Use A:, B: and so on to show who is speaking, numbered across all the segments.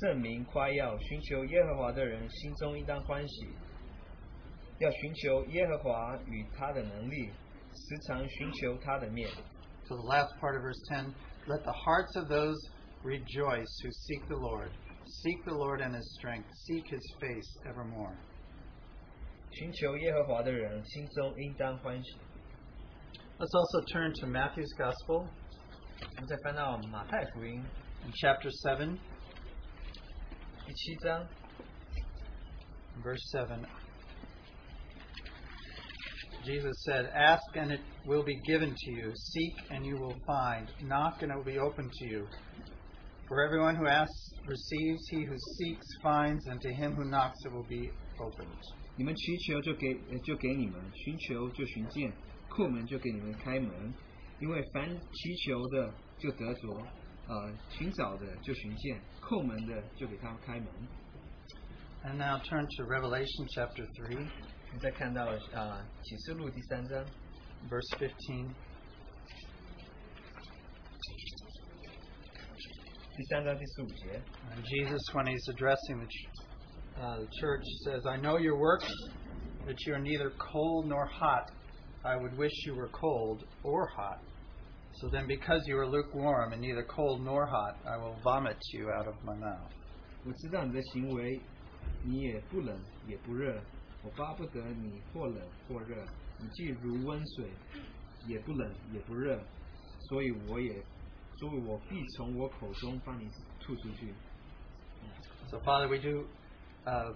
A: 圣民夸耀，寻求耶和华的人心中应当欢喜，要寻求耶和华与他的能力，时常寻求他的面。
B: So the last part of verse 10 Let the hearts of those rejoice who seek the Lord. Seek the Lord and his strength. Seek his face evermore.
A: 寻求耶和华的人心中应当欢喜。
B: Let's also turn to Matthew's Gospel
A: 我们再翻到马太福音
B: in chapter 7,
A: 第七章
B: verse 7. Jesus said, Ask and it will be given to you. Seek and you will find. Knock and it will be opened to you. For everyone who asks receives, he who seeks finds, and to him who knocks it will be opened.
A: 你们祈求就给呃就给你们，寻求就寻见，叩门就给你们开门。因为凡祈求的就得着，呃，寻找的就寻见，叩门的就给他们开门。
B: And now turn to Revelation chapter 3,
A: 你再看到呃启示录第三章
B: verse 15.
A: 第三章第十五节，
B: And Jesus, when he's addressing the, ch- uh, the church, says, I know your works, that you are neither cold nor hot. I would wish you were cold or hot. So then, because you are lukewarm and neither cold nor hot, I will vomit you out of my mouth.
A: 我知道你的行为，你也不冷也不热，我巴不得你或冷或热，你既如温水，也不冷也不热，所以我也，所以我必从我口中把你吐出去。
B: So, Father, we do uh,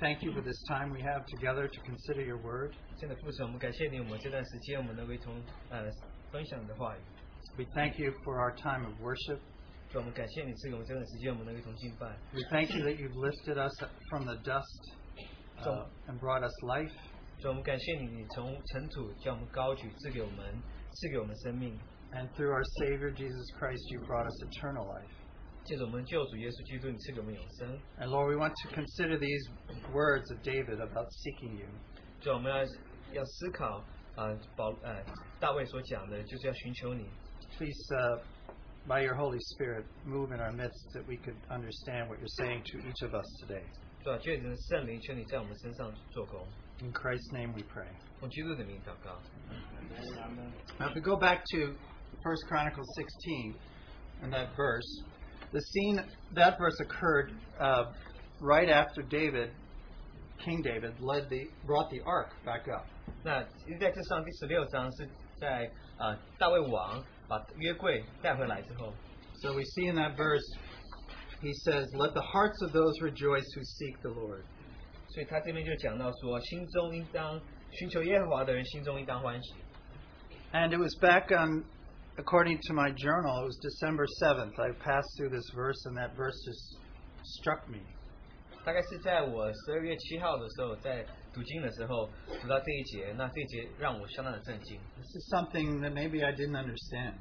B: thank you for this time we have together to consider your word.
A: 真的，父神，我们感谢你，我们这段时间我们能够同呃分享你的话语，
B: We thank you for our time of worship.
A: 主，我们感谢你赐给我们这段时间，我们能够一同敬拜。
B: We thank you that you've lifted us from the dust uh,
A: So-
B: and brought us life.
A: 主，我们感谢你，你从尘土将我们高举，赐给我们赐给我们生命。
B: And through our Savior Jesus Christ, you brought us eternal life.
A: 借着我们救主耶稣基督，你赐给我们永生。
B: And Lord, we want to consider these words of David about seeking you.
A: 主，啊我们要要思考呃保呃大卫所讲的，就是要寻求你。
B: Please, uh, by your Holy Spirit, move in our midst that we could understand what you're saying to each of us today.
A: 主啊，借着圣灵，求你在我们身上做工。
B: In Christ's name we pray.
A: 奉基督的名祷告。
B: Now, if we go back to 1 Chronicles 16 and that verse, the scene, that verse occurred uh, right after David, King David, led the, brought the ark back up.
A: 那其实在这上第十六章是在呃大卫王把约柜带回来之后，
B: So we see in that verse, he says, Let the hearts of those rejoice who seek the Lord.
A: 所以他这边就讲到说，心中应当寻求耶和华的人，心中应当欢喜。
B: And it was back on, according to my journal, it was December 7th. I passed through this verse, and that verse just struck me.
A: 大概是在我十二月七号的时候，在读经的时候读到这一节，那这一节让我相当的震惊。
B: This is something that maybe I didn't understand.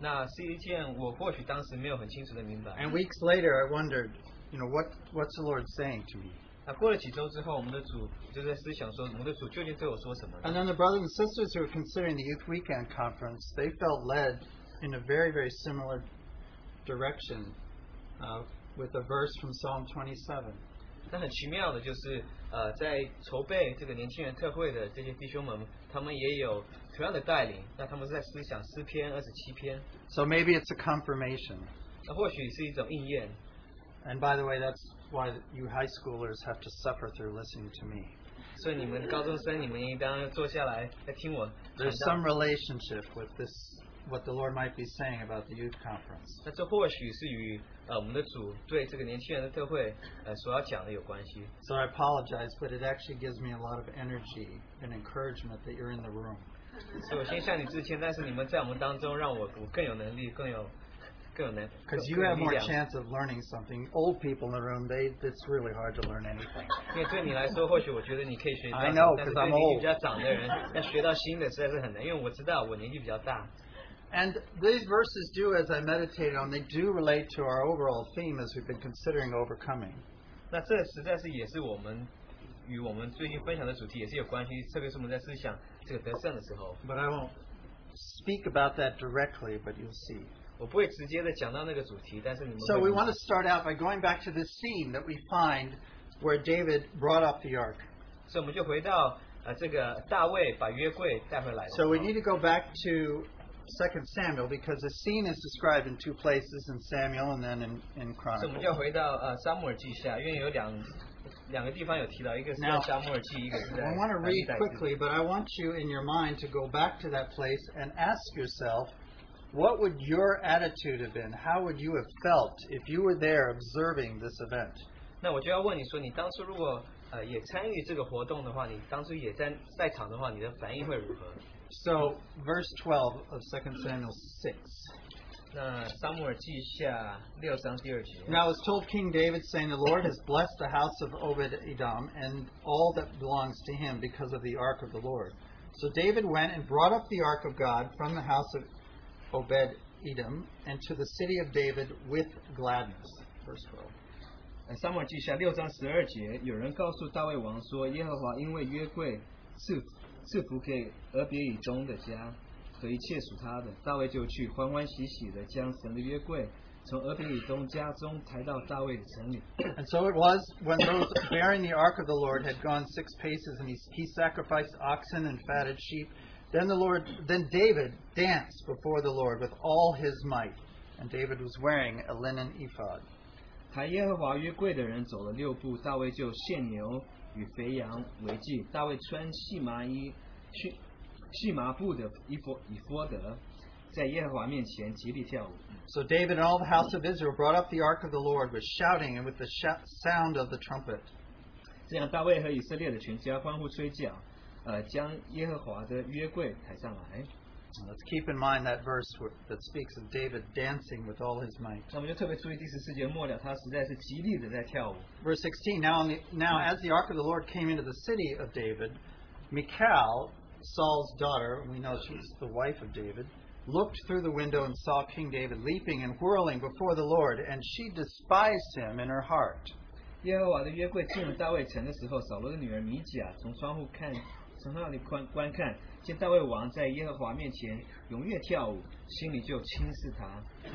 A: 那是一件我或许当时没有很清楚的明白。
B: And weeks later, I wondered, you know, what, what's the Lord saying to me?
A: 那过了几周之后，我们的主就在思想说，我们的主究竟对我说什么呢
B: And then the brothers and sisters who were considering the Youth Weekend Conference, they felt led in a very, very similar direction uh, with a verse from Psalm 27.
A: 那很奇妙的就是，呃，在筹备这个年轻人特会的这些弟兄们，他们也有同样的带领。那他们是在思想诗篇二十七篇，
B: So maybe it's a confirmation.
A: 那或许是一种应验。
B: And by the way, that's why you high schoolers have to suffer through listening to me.
A: 所以你们高中生，你们应当要坐下来来听我讲
B: There's some relationship with this, what the Lord might be saying about the youth conference.
A: 那这或许是与呃我们的主对这个年轻人的特会呃所要讲的有关系。
B: So I apologize, but it actually gives me a lot of energy and encouragement that you're in the room.
A: 所以我先向你致歉，但是你们在我们当中让我我更有能力，更有更有能，更
B: Because you have
A: 更有
B: more
A: 力量。
B: chance of learning something. Old people in the room, they it's really hard to learn anything.
A: 因为对你来说，或许我觉得你可以学到
B: I know,
A: 但是
B: 'cause
A: 对
B: I'm
A: 年纪比较长的人要学到新的实在是很难。因为我知道我年纪比较大，
B: And these verses do, as I meditated on, they do relate to our overall theme as we've been considering overcoming.
A: 那这实在是也是我们与我们最近分享的主题也是有关系，特别是我们在思想这个得胜的时候，
B: But I won't speak about that directly, but you'll see.
C: 我
A: 我
C: 不会直接的讲到那个主题，但是你们
B: So
C: 会
B: we
C: 理解
B: want to start out by going back to this scene that we find where David brought up the ark.
C: 所以我们就回到呃这个大卫把约柜带回来的时
B: So
C: 候。
B: we need to go back to 2 Samuel because the scene is described in two places in Samuel and then in, in
C: 啊所以我们
B: Chronicles.
C: 就回到呃撒母耳记下，因为有两两个地方有提到，一个是在
B: Now-
C: 撒母耳记，一个是
B: I
C: 在
B: want to
C: 历
B: read
C: 代志
B: quickly, but I want you in your mind to go back to that place and ask yourself, what would your attitude have been? How would you have felt if you were there observing this event?
C: 那我就要问你说，你当初如果呃也参与这个活动的话，你当初也在在场的话，你的反应会如何？
B: So, verse 12 of 2 Samuel 6.
C: 那撒母耳记下六章第二节，
B: Now it was told King David, saying, The Lord has blessed the house of Obed Edom and all that belongs to him because of the ark of the Lord. So David went and brought up the ark of God from the house of Obed Edom and to the city of David with gladness. Verse 12.
A: 呃撒母耳记下六章十二节，有人告诉大卫王说，耶和华因为约柜赐福赐福给俄别以中的家和一切属他的，大卫就去欢欢喜喜的将神的约柜从俄别以中家中抬到大卫的城里。
B: And so it was when those bearing the ark of the Lord had gone six paces, and he, he sacrificed oxen and fatted sheep. Then the Lord, then David danced before the Lord with all his might, and David was wearing a linen ephod.
A: 抬耶和华约柜的人走了六步，大卫就献牛与肥羊为祭。大卫穿细麻衣、细细麻布的衣服以弗德，在耶和华面前极力跳舞。
B: So David and all the house of Israel brought up the ark of the Lord with shouting and with the shou- sound of the trumpet.
A: 这样，大卫和以色列的全家欢呼吹角，呃，将耶和华的约柜抬上来。
B: Now let's keep in mind that verse where- that speaks of David dancing with all his might.
A: 那我们就特别注意第十四节末了，他实在是极力的在跳舞。
B: Verse 16 Now, on the, now as the ark of the Lord came into the city of David, Michal, Saul's daughter, and we know she was the wife of David, looked through the window and saw King David leaping and whirling before the Lord, and she despised him in her heart.
A: 耶和华的约柜进入大卫城的时候，扫罗的女儿米甲从窗户看，从那里观观看，见大卫王在耶和华面前踊跃跳舞，心里就轻视他。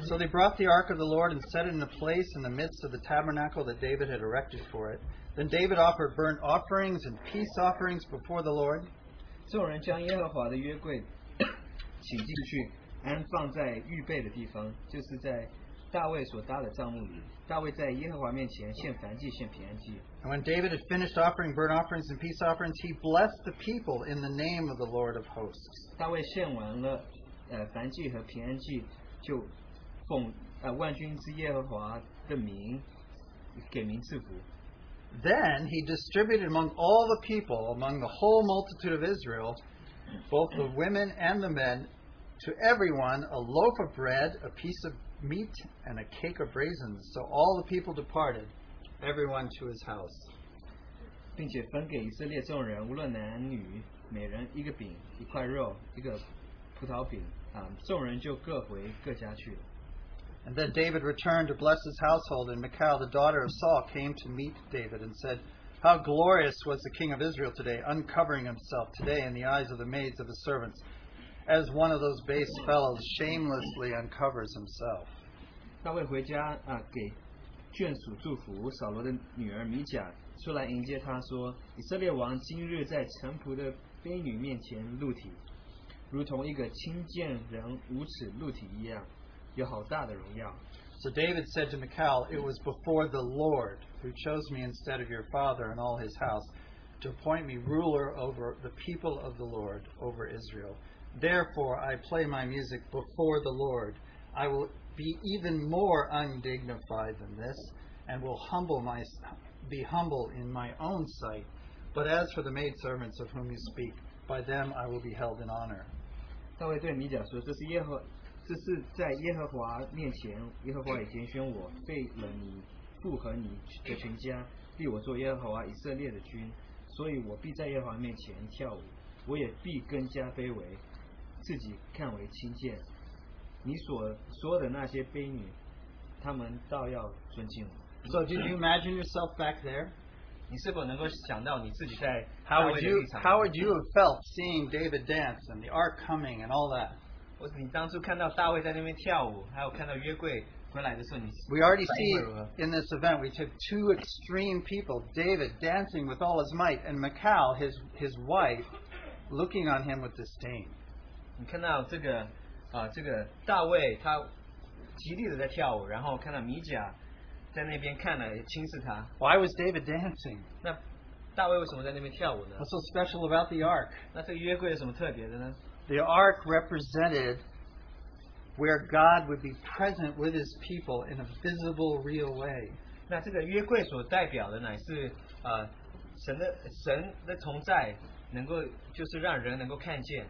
B: So they brought the ark of the Lord and set it in a place in the midst of the tabernacle that David had erected for it. Then David offered burnt offerings and peace offerings before the Lord.
A: 众人将耶和华的约柜 请进去，安放在预备的地方，就是在大卫所搭的帐幕里。大卫在耶和华面前献燔祭，献平安祭。
B: And when David had finished offering burnt offerings and peace offerings, he blessed the people in the name of the Lord of hosts.
A: 大卫献完了呃燔祭和平安祭，就奉呃万军之耶和华的名给民赐福。
B: Then he distributed among all the people, among the whole multitude of Israel, both the women and the men, to everyone a loaf of bread, a piece of meat, and a cake of raisins. So all the people departed, everyone to his house.
A: 并且分给以色列众人，无论男女，每人一个饼、一块肉、一个葡萄饼啊、众人就各回各家去了。
B: And then David returned to bless his household, and Michal, the daughter of Saul, came to meet David and said, How glorious was the king of Israel today, uncovering himself today in the eyes of the maids of his servants, as one of those base fellows shamelessly uncovers himself.
A: 大卫回家啊、给眷属祝福。扫罗的女儿米甲出来迎接他，说：“以色列王今日在臣仆的婢女面前露体，如同一个轻贱人无耻露体一样，有好大的荣耀。”
B: So David said to Michal, It was before the Lord who chose me instead of your father and all his house to appoint me ruler over the people of the Lord, over Israel. Therefore I play my music before the Lord. I will be even more undignified than this, and will humble my, be humble in my own sight. But as for the maidservants of whom you speak, by them I will be held in honor.
A: 大卫对米甲说：“这是耶和，这是在耶和华面前，耶和华已经宣我废了你父和你的全家，立我做耶和华以色列的君，所以我必在耶和华面前跳舞，我也必更加卑微，自己看为轻贱。你所所有的那些卑女，他们倒要尊敬我。
B: So did you imagine yourself back there?
C: 你是否能够想到你自己在
B: How
C: 大
B: would
C: 卫的
B: you
C: 立场
B: How would you have felt seeing David dance and the ark coming and all that?
A: 我你当初看到大卫在那边跳舞，还有看到约柜回来的时候，你
B: We already
A: 反
B: see
A: 应如何
B: in this event we took two extreme people, David dancing with all his might, and Michal, his his wife, looking on him with disdain.
A: 你看到这个啊、这个大卫他极力的在跳舞，然后看到米甲在那边看了，也轻视他。
B: Why was David dancing?
A: 那大卫为什么在那边跳舞呢？
B: What's so special about the ark?
A: 那这个约柜有什么特别的呢？
B: The ark represented where God would be present with his people in a visible, real way.
A: 那这个约柜所代表的乃是呃神的神的同在，能够就是让人能够看见。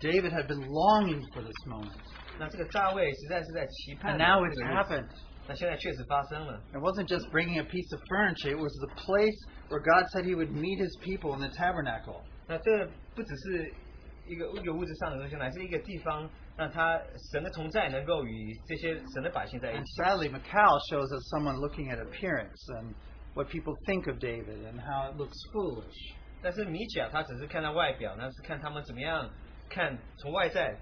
B: David had been longing for this moment,
A: 那这个大卫实在是在期
B: and
A: 盼的
B: now
A: 这个
B: it's
A: 日子
B: happened.
A: 那现在确实发生了。
B: It wasn't just bringing a piece of furniture, it was the place where God said he would meet his people in the tabernacle.
A: 那这不只是一个一个物质上的东西，乃是一个地方，让他神的同在能够与这些神的百姓在一
B: And
A: 起。
B: sadly, Macau shows us someone looking at appearance and what people think of David and how it looks foolish.
A: 但是米甲他只是看他外表，那是看他们怎么样看从外在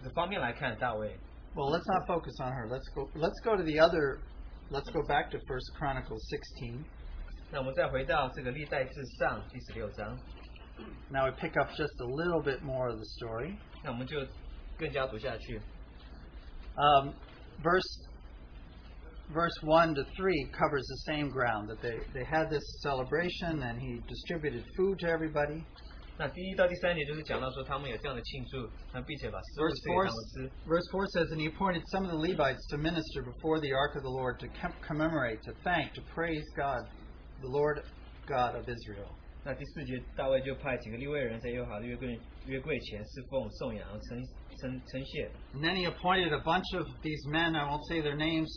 A: 的方面来看大卫。
B: Well, let's not focus on her. Let's go. Let's go to the other. Let's go back to First Chronicles 16.
A: 那我们再回到这个历代至上第十六章，
B: Now we pick up just a little bit more of the story.
A: 那我们就更加读下去。
B: Um, verse verse one to three covers the same ground that they they had this celebration and he distributed food to everybody.
A: 那第一到第三节就是讲到说他们有这样的庆祝，那并且把食物
B: Verse
A: 赐给
B: four,
A: 他们吃。
B: verse 4 says, And he appointed some of the Levites to minister before the ark of the Lord to com- commemorate, to thank, to praise God, the Lord God of Israel.
A: 那第四节，大卫就派几个立位人在耶和华的约柜约柜前侍奉、颂扬、称称称谢。
B: And then he appointed a bunch of these men, I won't say their names,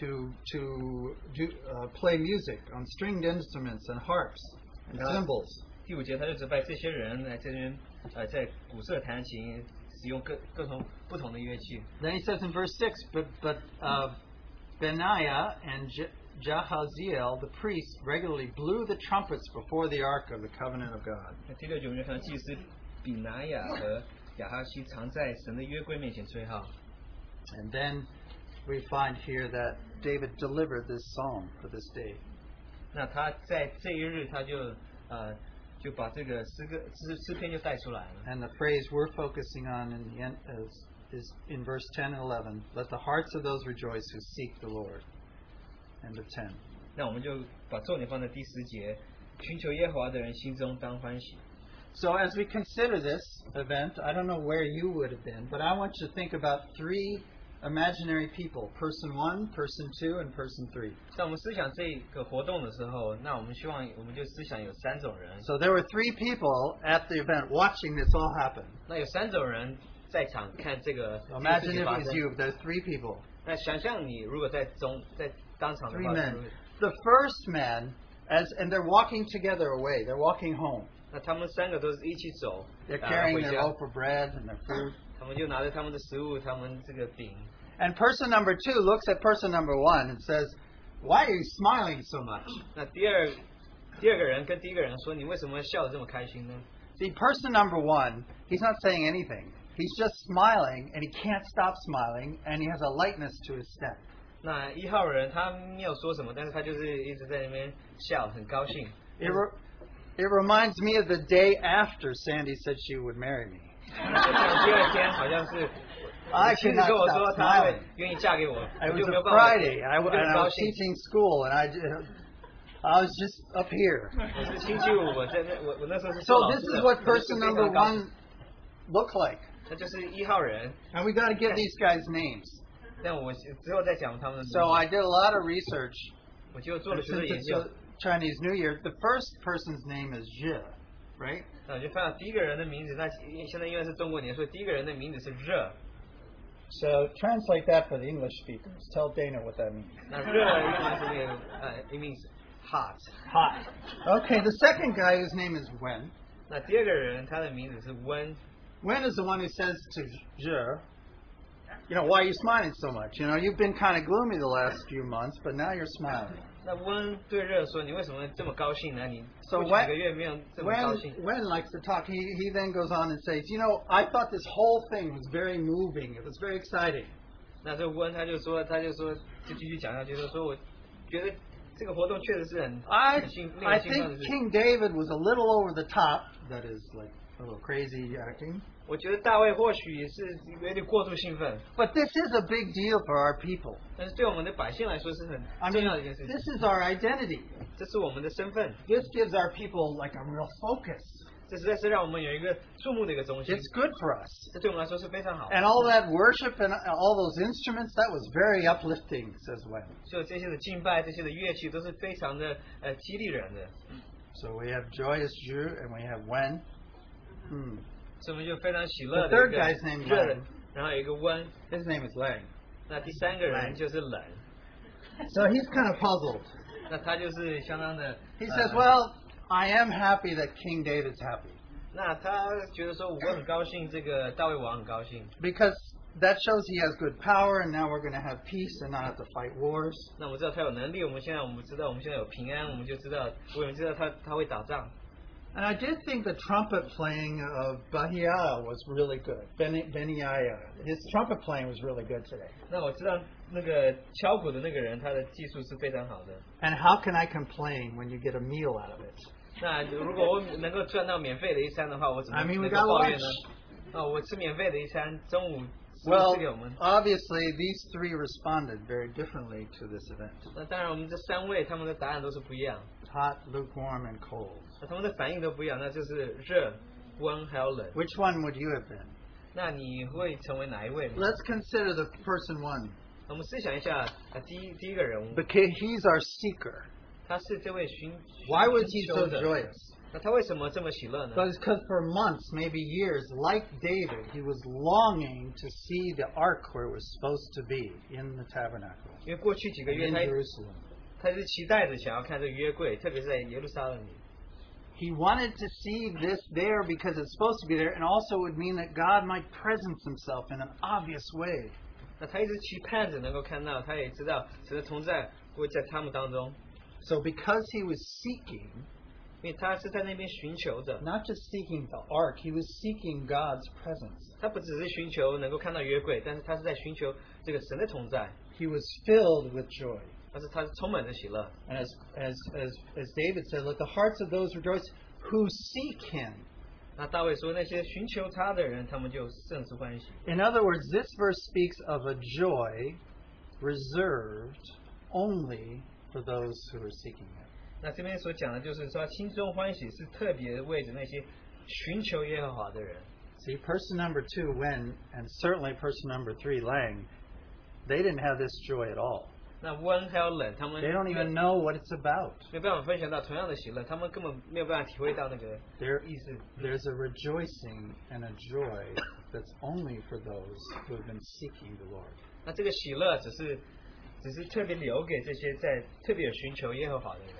B: to, to do, uh, play music on stringed instruments and harps and
A: Yeah.
B: cymbals.
A: 第五节，他就指派这些人来这边，呃，在鼓瑟弹琴，使用各各种不同的乐器。
B: Then he says in verse 6, But, but uh, Benaiah and Je- Jahaziel, the priests, regularly blew the trumpets before the ark of the covenant of God.
A: 那第六节，我们就看到祭司比拿雅和亚哈西常在神的约柜面前吹号。
B: And then we find here that David delivered this psalm for this day.
A: 那他在这一日，他就呃就把这个诗歌诗诗篇就带出来了。
B: And the phrase we're focusing on in the end is, is in verse 10 and 11 Let the hearts of those rejoice who seek the Lord. End of 10.
A: 那我们就把重点放在第十节，寻求耶和华的人心中当欢喜。
B: So, as we consider this event, I don't know where you would have been, but I want you to think about three imaginary people person one, person two, and person three.
A: 在我们思想这个活动的时候，那我们希望我们就思想有三种人，
B: So, there were three people at the event watching this all happen.
A: 那有三种人在场看这个这个事
B: Imagine
A: 情
B: if it
A: 发
B: was
A: 生。
B: you, there's three people.
A: 那想象你如果在中在当场的
B: three
A: 话，
B: men. The first man, as and they're walking together away. They're walking home.
A: 那他们三个都是一起走，
B: They're
A: 呃
B: carrying
A: 回
B: their
A: 家，
B: loaf of bread and their food.
A: 他们就拿着他们的食物，他们这个饼。
B: And person number two looks at person number one and says, "Why are you smiling so much?"
A: 那第二第二个人跟第一个人说：“你为什么笑得这么开心呢
B: See, person number one, he's not saying anything. He's just smiling, and he can't stop smiling, and he has a lightness to his step.？”
A: 那一号人他没有说什么，但是他就是一直在那边笑，很高兴。
B: It, re- it reminds me of the day after Sandy said she would marry me.
A: 就像第二天好像是
B: I，
A: 亲自
B: cannot
A: 跟我说
B: stop
A: 她
B: smiling.
A: 会愿意嫁给我，
B: It
A: 我
B: was
A: 就没有
B: a
A: 办法，
B: Friday. I,
A: 我
B: w-
A: 就
B: and
A: 很
B: I
A: 高
B: was
A: 兴。
B: teaching school, and I, ju- I was just up here.
A: 我是星期五，我在那，我我那时候是
B: So
A: 做老
B: this
A: 师的
B: is what
A: 我就
B: person
A: 非常
B: number
A: 高兴
B: one looked like.
A: 他就是一号人，
B: And we got to give these guys names.
A: 但我之后再讲他们的名字。
B: So I did a lot of research.
A: 我就做
B: and
A: 了许多
B: Since
A: 研
B: it's
A: 究
B: a，Chinese New Year, the first person's name is Zhe, right?
A: 那我就发现第一个人的名字，那现在因为是中国年，所以第一个人的名字是热。
B: So translate that for the English speakers. Tell Dana what that means.
A: 那 热英文是那个呃，英文是 hot。
B: Hot. Okay, the second guy whose name is Wen.
A: 那第二个人他的名字是温，
B: Wen is the one who says to Zhe, you know, why are you smiling so much? You know, you've been kind of gloomy the last few months, but now you're smiling.
A: 那温对热说：“你为什么这么高兴呢？你
B: So
A: 过去
B: when-
A: 几个月没有这么高
B: Wen,
A: 兴。
B: Wen likes to talk. He, he then goes on and says, You know, I thought this whole thing was very moving. It was very exciting. ”
A: 那这温他就说，他就说，就继续讲下去，他说：“我觉得这个活动确实是很
B: I,
A: 很兴，令
B: I
A: 人兴
B: think
A: 奋的事。
B: King David was a little over the top. That is like a little crazy acting.
A: 我觉得大卫或许也是有点过度兴奋，
B: But this is a big deal for our people.
A: 但是对我们的百姓来说是很
B: I
A: 重
B: mean,
A: 要的一件事情。
B: this is our identity.
A: 这是我们的身份，
B: This gives our people like a real focus.
A: 这实在是让我们有一个注目的一个中心。
B: It's good for us.
A: 这对我们来说是非常好。
B: And all that worship and all those instruments, that was very uplifting, says Wen.
A: 就这些的敬拜，这些的乐器都是非常的呃激励人的，
B: So we have joyous Jew and we have Wen. Hmm.
A: 所以我们就非常喜乐的
B: The third
A: 一个
B: guy's name
A: 热
B: Lang.
A: 人，然后有一个温，
B: His name is Lang.
A: 那第三个
B: Lang
A: 人就是冷，
B: So he's kind of puzzled.
A: 那他就是相当的。
B: He
A: 呃
B: says, Well, I am happy that King David's happy
A: 那他觉得说我很高兴，这个大卫王很高兴，
B: because that shows he has good power and now we're going to have peace and not have to fight wars.
A: 那我们知道他有能力，我们现在我们知道我们现在有平安，我们就知道我们知道他他会打仗。
B: And I did think the trumpet playing of Bahiah was really good. Ben- Beniah. His trumpet playing was really good today.
A: 那我知道那个敲鼓的那个人，他的技术是非常好的。
B: And how can I complain when you get a meal out of it?
A: 那如果我能够赚到免费的一餐的话，我怎么
B: I
A: 能
B: mean, we
A: 够
B: got
A: 抱怨
B: lunch.
A: 呢？啊、我吃免费的一餐，中午是不是
B: Well,
A: 赐给我们。
B: obviously, these three responded very differently to this event
A: 那当然，我们这三位他们的答案都是不一样，
B: hot, lukewarm, and cold.
A: 那他们的反应都不一样，那就是热、温还有冷。
B: Which one would you have been?
A: 那你会成为哪一位呢？
B: Let's consider the person one.
A: 我们思想一下啊，第一第一个人物，
B: Because he's our seeker.
A: 他是这位寻
B: Why was he
A: 寻求
B: so
A: 的
B: joyous?
A: 那他为什么这么喜 乐呢？
B: Because for months, maybe years, like David, he was longing to see the ark where it was supposed to be in the tabernacle
A: 因为过去几个
B: and
A: 月
B: in
A: 他
B: Jerusalem.
A: 他是期待着想要看这个约柜，特别是在耶路撒冷里。
B: He wanted to see this there because it's supposed to be there, and also it would mean that God might presence himself in an obvious way.
A: 那他一直期盼着能够看到，他也知道神的同在会在他们当中，
B: So, because he was seeking,
A: 因为他是在那边寻求着，
B: not just seeking the ark, he was seeking God's presence.
A: 他不只是寻求能够看到约柜，但是他是在寻求这个神的同在，
B: He was filled with joy.
A: 但是他是充满着喜乐。
B: And as, as, as, as David said, let the hearts of those rejoice who seek him.
A: 那大卫说，那些寻求他的人，他们就甚是欢喜。
B: In other words, this verse speaks of a joy reserved only for those who are seeking Him.
A: 那这边所讲的就是说，心中欢喜是特别为着那些寻求耶和华的人。
B: See, person number two, Wen, and certainly person number three, Lang, they didn't have this joy at all.
A: 那温还有冷，他们
B: They don't
A: 没有
B: even know what it's about.
A: 没有办法分享到同样的喜乐，他们根本没有办法体会到那个
B: There,
A: 意思。
B: there's a rejoicing and a joy that's only for those who have been seeking the Lord.
A: 那这个喜乐只是只是特别留给这些在特别有寻求耶和华的人。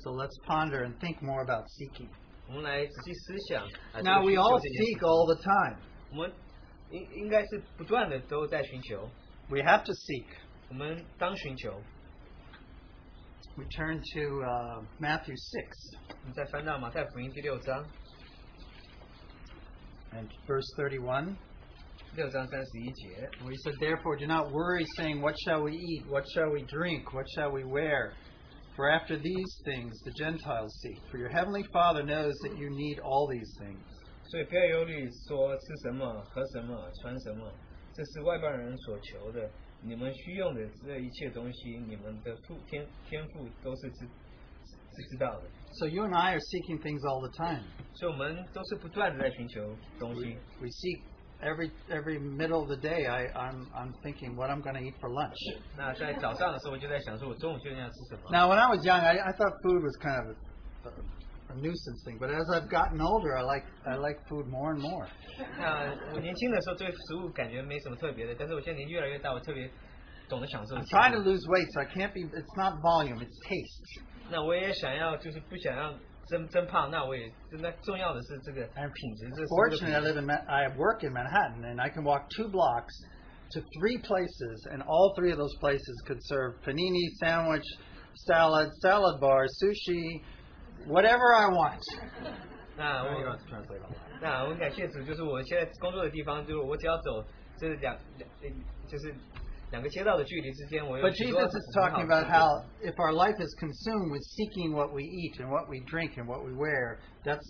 B: So let's ponder and think more about seeking.
A: 我们来仔细思想。啊、这
B: Now
A: 个
B: we
A: 寻求
B: all
A: 这件事
B: seek all the time.
A: 我们应应该是不断的都在寻求，
B: We have to seek.
A: 我们当寻求。
B: We turn to uh, Matthew 6
A: 我们再翻到马太福音第六章，
B: and verse 31,
A: 六章三十一节。
B: where he said, Therefore do not worry, saying, What shall we eat? What shall we drink? What shall we wear? For after these things the Gentiles seek. For your heavenly Father knows that you need all these things.
A: 所以不要忧虑，说吃什么、喝什么、穿什么，这是外邦人所求的。你们需用的这一切东西，你们的父天天赋都是知知知知道的。
B: So you and I are seeking things all the time.
A: 所以我们都是不断的在寻求东西
B: We,。we seek every every middle of the day. I, I'm I'm thinking what I'm going to eat for lunch.
A: 那在早上的时候，我就在想说，我中午究竟要吃什么？
B: Now when I was young, I, I thought food was kind of a, a nuisance thing. But as I've gotten older, I like I like food more and more.
A: 那我年轻的时候对食物感觉没什么特别的，但是我现在年纪越来越大，我特别懂得享受
B: I'm
A: 食
B: trying to
A: 物。
B: lose weight, so I can't be. It's not volume, it's taste.
A: 那我也想要，就是不想要增增胖，那我也那重要的是这个品质，这是
B: Fortunately, I live in. Ma- I work in Manhattan, and I can walk two blocks to three places, and all three of those places could serve panini, sandwich, salad, salad bar, sushi, whatever I want.
A: 那
B: Now you
A: 我
B: don't have to translate all that.
A: 那我很感谢主，就是我现在工作的地方，就是我只要走这两两呃就是两个街道的距离之间，我有
B: But
A: 许多
B: Jesus is
A: 很好
B: talking
A: 的
B: about
A: 东西
B: how if our life is consumed with seeking what we eat and what we drink and what we wear, that's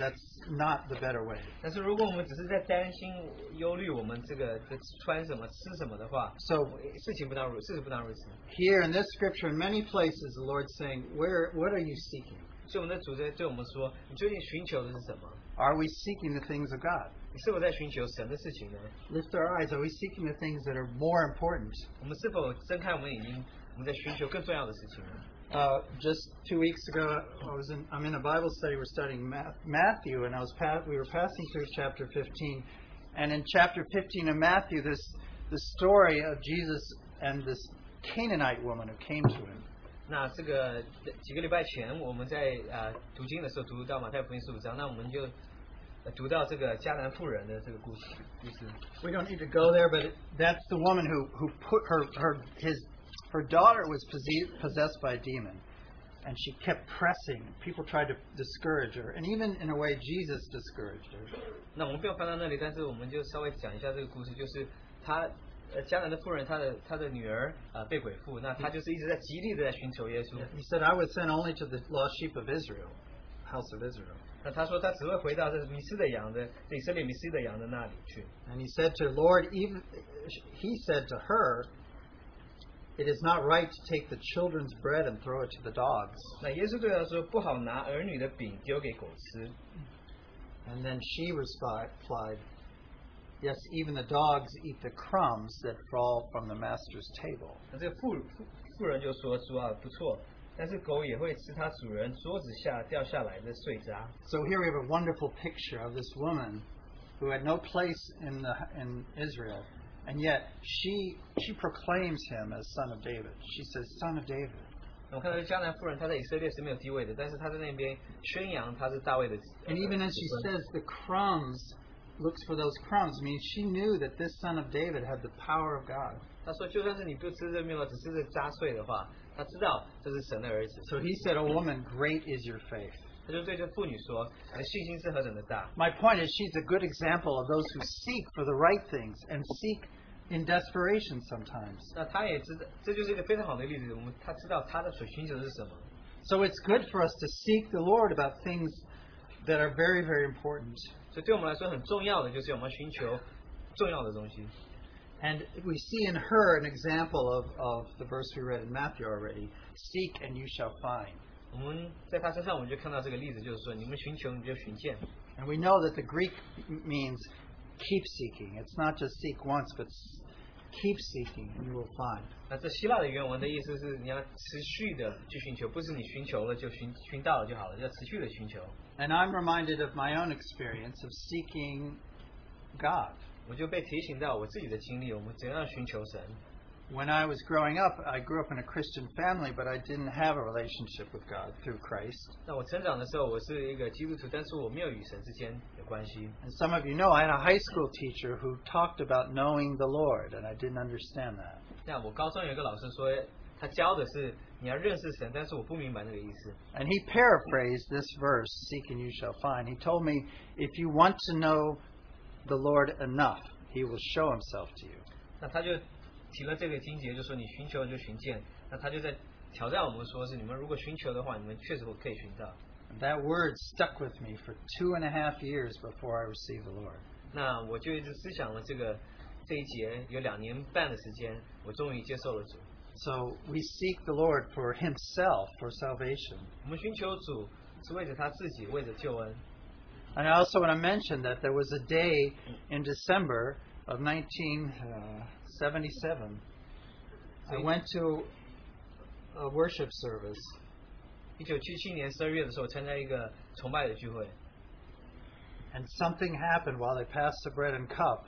B: that's not the better way.
A: 但是如果我们只是在担心、忧虑我们这个这穿什么、吃什么的话，
B: So
A: 事情不当如事实不当如此。
B: here in this scripture, in many places, the Lord's saying, "Where? What are you seeking?
A: 所以我们的主在对我们说：“你究竟寻求的是什么？
B: Are we seeking the things of God?
A: 你是否在寻求神的事情呢？
B: Lift our eyes. Are we seeking the things that are more important?"
A: 我们是否睁开我们眼睛，我们在寻求更重要的事情呢？”
B: Uh, just two weeks ago, I was in, I'm in a Bible study. We're studying Ma- Matthew, and I was pa- we were passing through chapter 15, and in chapter 15 of Matthew, this the story of Jesus and this Canaanite woman who came to him.
A: 那这个几个礼拜前我们在呃读经的时候读到马太福音十五章，那我们就、呃读到这个迦南妇人的这个故事，故事。
B: We don't need to go there, but that's the woman who who put her her his her daughter was posse- possessed by a demon, and she kept pressing. People tried to discourage her, and even in a way, Jesus discouraged her.
A: 那我们不要翻到那里，但是我们就稍微讲一下这个故事，就是他呃迦南的妇人，她的她的女儿啊、呃被鬼附，那她就是一直在极力的在寻求耶稣。
B: He said, I was sent only to the lost sheep of Israel, house of Israel.
A: 那她说她只会回到这迷失的羊的这以色列迷失的羊的那里去。
B: And he said to Lord, even he said to her, It is not right to take the children's bread and throw it to the dogs.
A: 那耶稣对她说不好拿儿女的饼丢给狗吃。
B: And then she respi- replied, Yes, even the dogs eat the crumbs that fall from the master's table.
A: 那这个妇妇妇人就说主啊不错，但是狗也会吃它主人桌子下掉下来的碎渣。
B: So here we have a wonderful picture of this woman who had no place in, the, in Israel, and yet she, she proclaims him as son of David. She says, Son of David.
A: 那我看到迦南妇人她在以色列是没有地位的，但是她在那边宣扬她是大卫的子。呃
B: And even as
A: 子
B: she
A: 孙
B: says the crumbs, looks for those crumbs, I means she knew that this son of David had the power of God.
A: 他说，就算是你不吃这面包，只吃这渣碎的话，他知道这是神的儿子，
B: So he said, O woman, great is your faith.
A: 他就对这妇女说，你的信心是何等的大。
B: My point is, she's a good example of those who seek for the right things and seek in desperation sometimes.
A: 那他也知道，这就是一个非常好的例子。我们他知道他的所寻求的是什么，
B: So it's good for us to seek the Lord about things that are very, very important.
A: 所以对我们来说很重要的就是我们要寻求重要的东西。
B: And we see in her an example of, of the verse we read in Matthew already seek and you shall find.
A: 我们在他身上，我们就看到这个例子，就是说，你们寻求，你就寻见。
B: And we know that the Greek m- means keep seeking. It's not just seek once, but s- keep seeking and you will find.
A: 那这希腊的原文的意思是，你要持续的去寻求，不是你寻求了就寻寻到了就好了，要持续的寻求。
B: And I'm reminded of my own experience of seeking God.
A: 我就被提醒到我自己的经历，我们怎样寻求神。
B: When I was growing up, I grew up in a Christian family, but I didn't have a relationship with God through Christ.
A: 那我成长的时候，我是一个基督徒，但是我没有与神之间有关系。
B: And some of you know I had a high school teacher who talked about knowing the Lord, and I didn't understand that.
A: 那我高中有一个老师说，他教的是你要认识神，但是我不明白那个意思。
B: And he paraphrased this verse, Seek and you shall find. He told me, If you want to know the Lord enough, he will show himself to you.
A: 那他就提了这个经节，就说你寻求你就寻见。那他就在挑战我们说是你们如果寻求的话，你们确实可以寻到。
B: And that word stuck with me for two and a half years before I received the Lord.
A: 那我就一直思想了这个这一节有两年半的时间，我终于接受了主。
B: So we seek the Lord for himself, for salvation.
A: 我们寻求主是为着他自己，为着救恩。
B: And I also want to mention that there was a day in December of 1977. I went to a worship service,
A: 一九七七年十二月的时候，参加一个崇拜的聚会，
B: and something happened while they passed the bread and cup.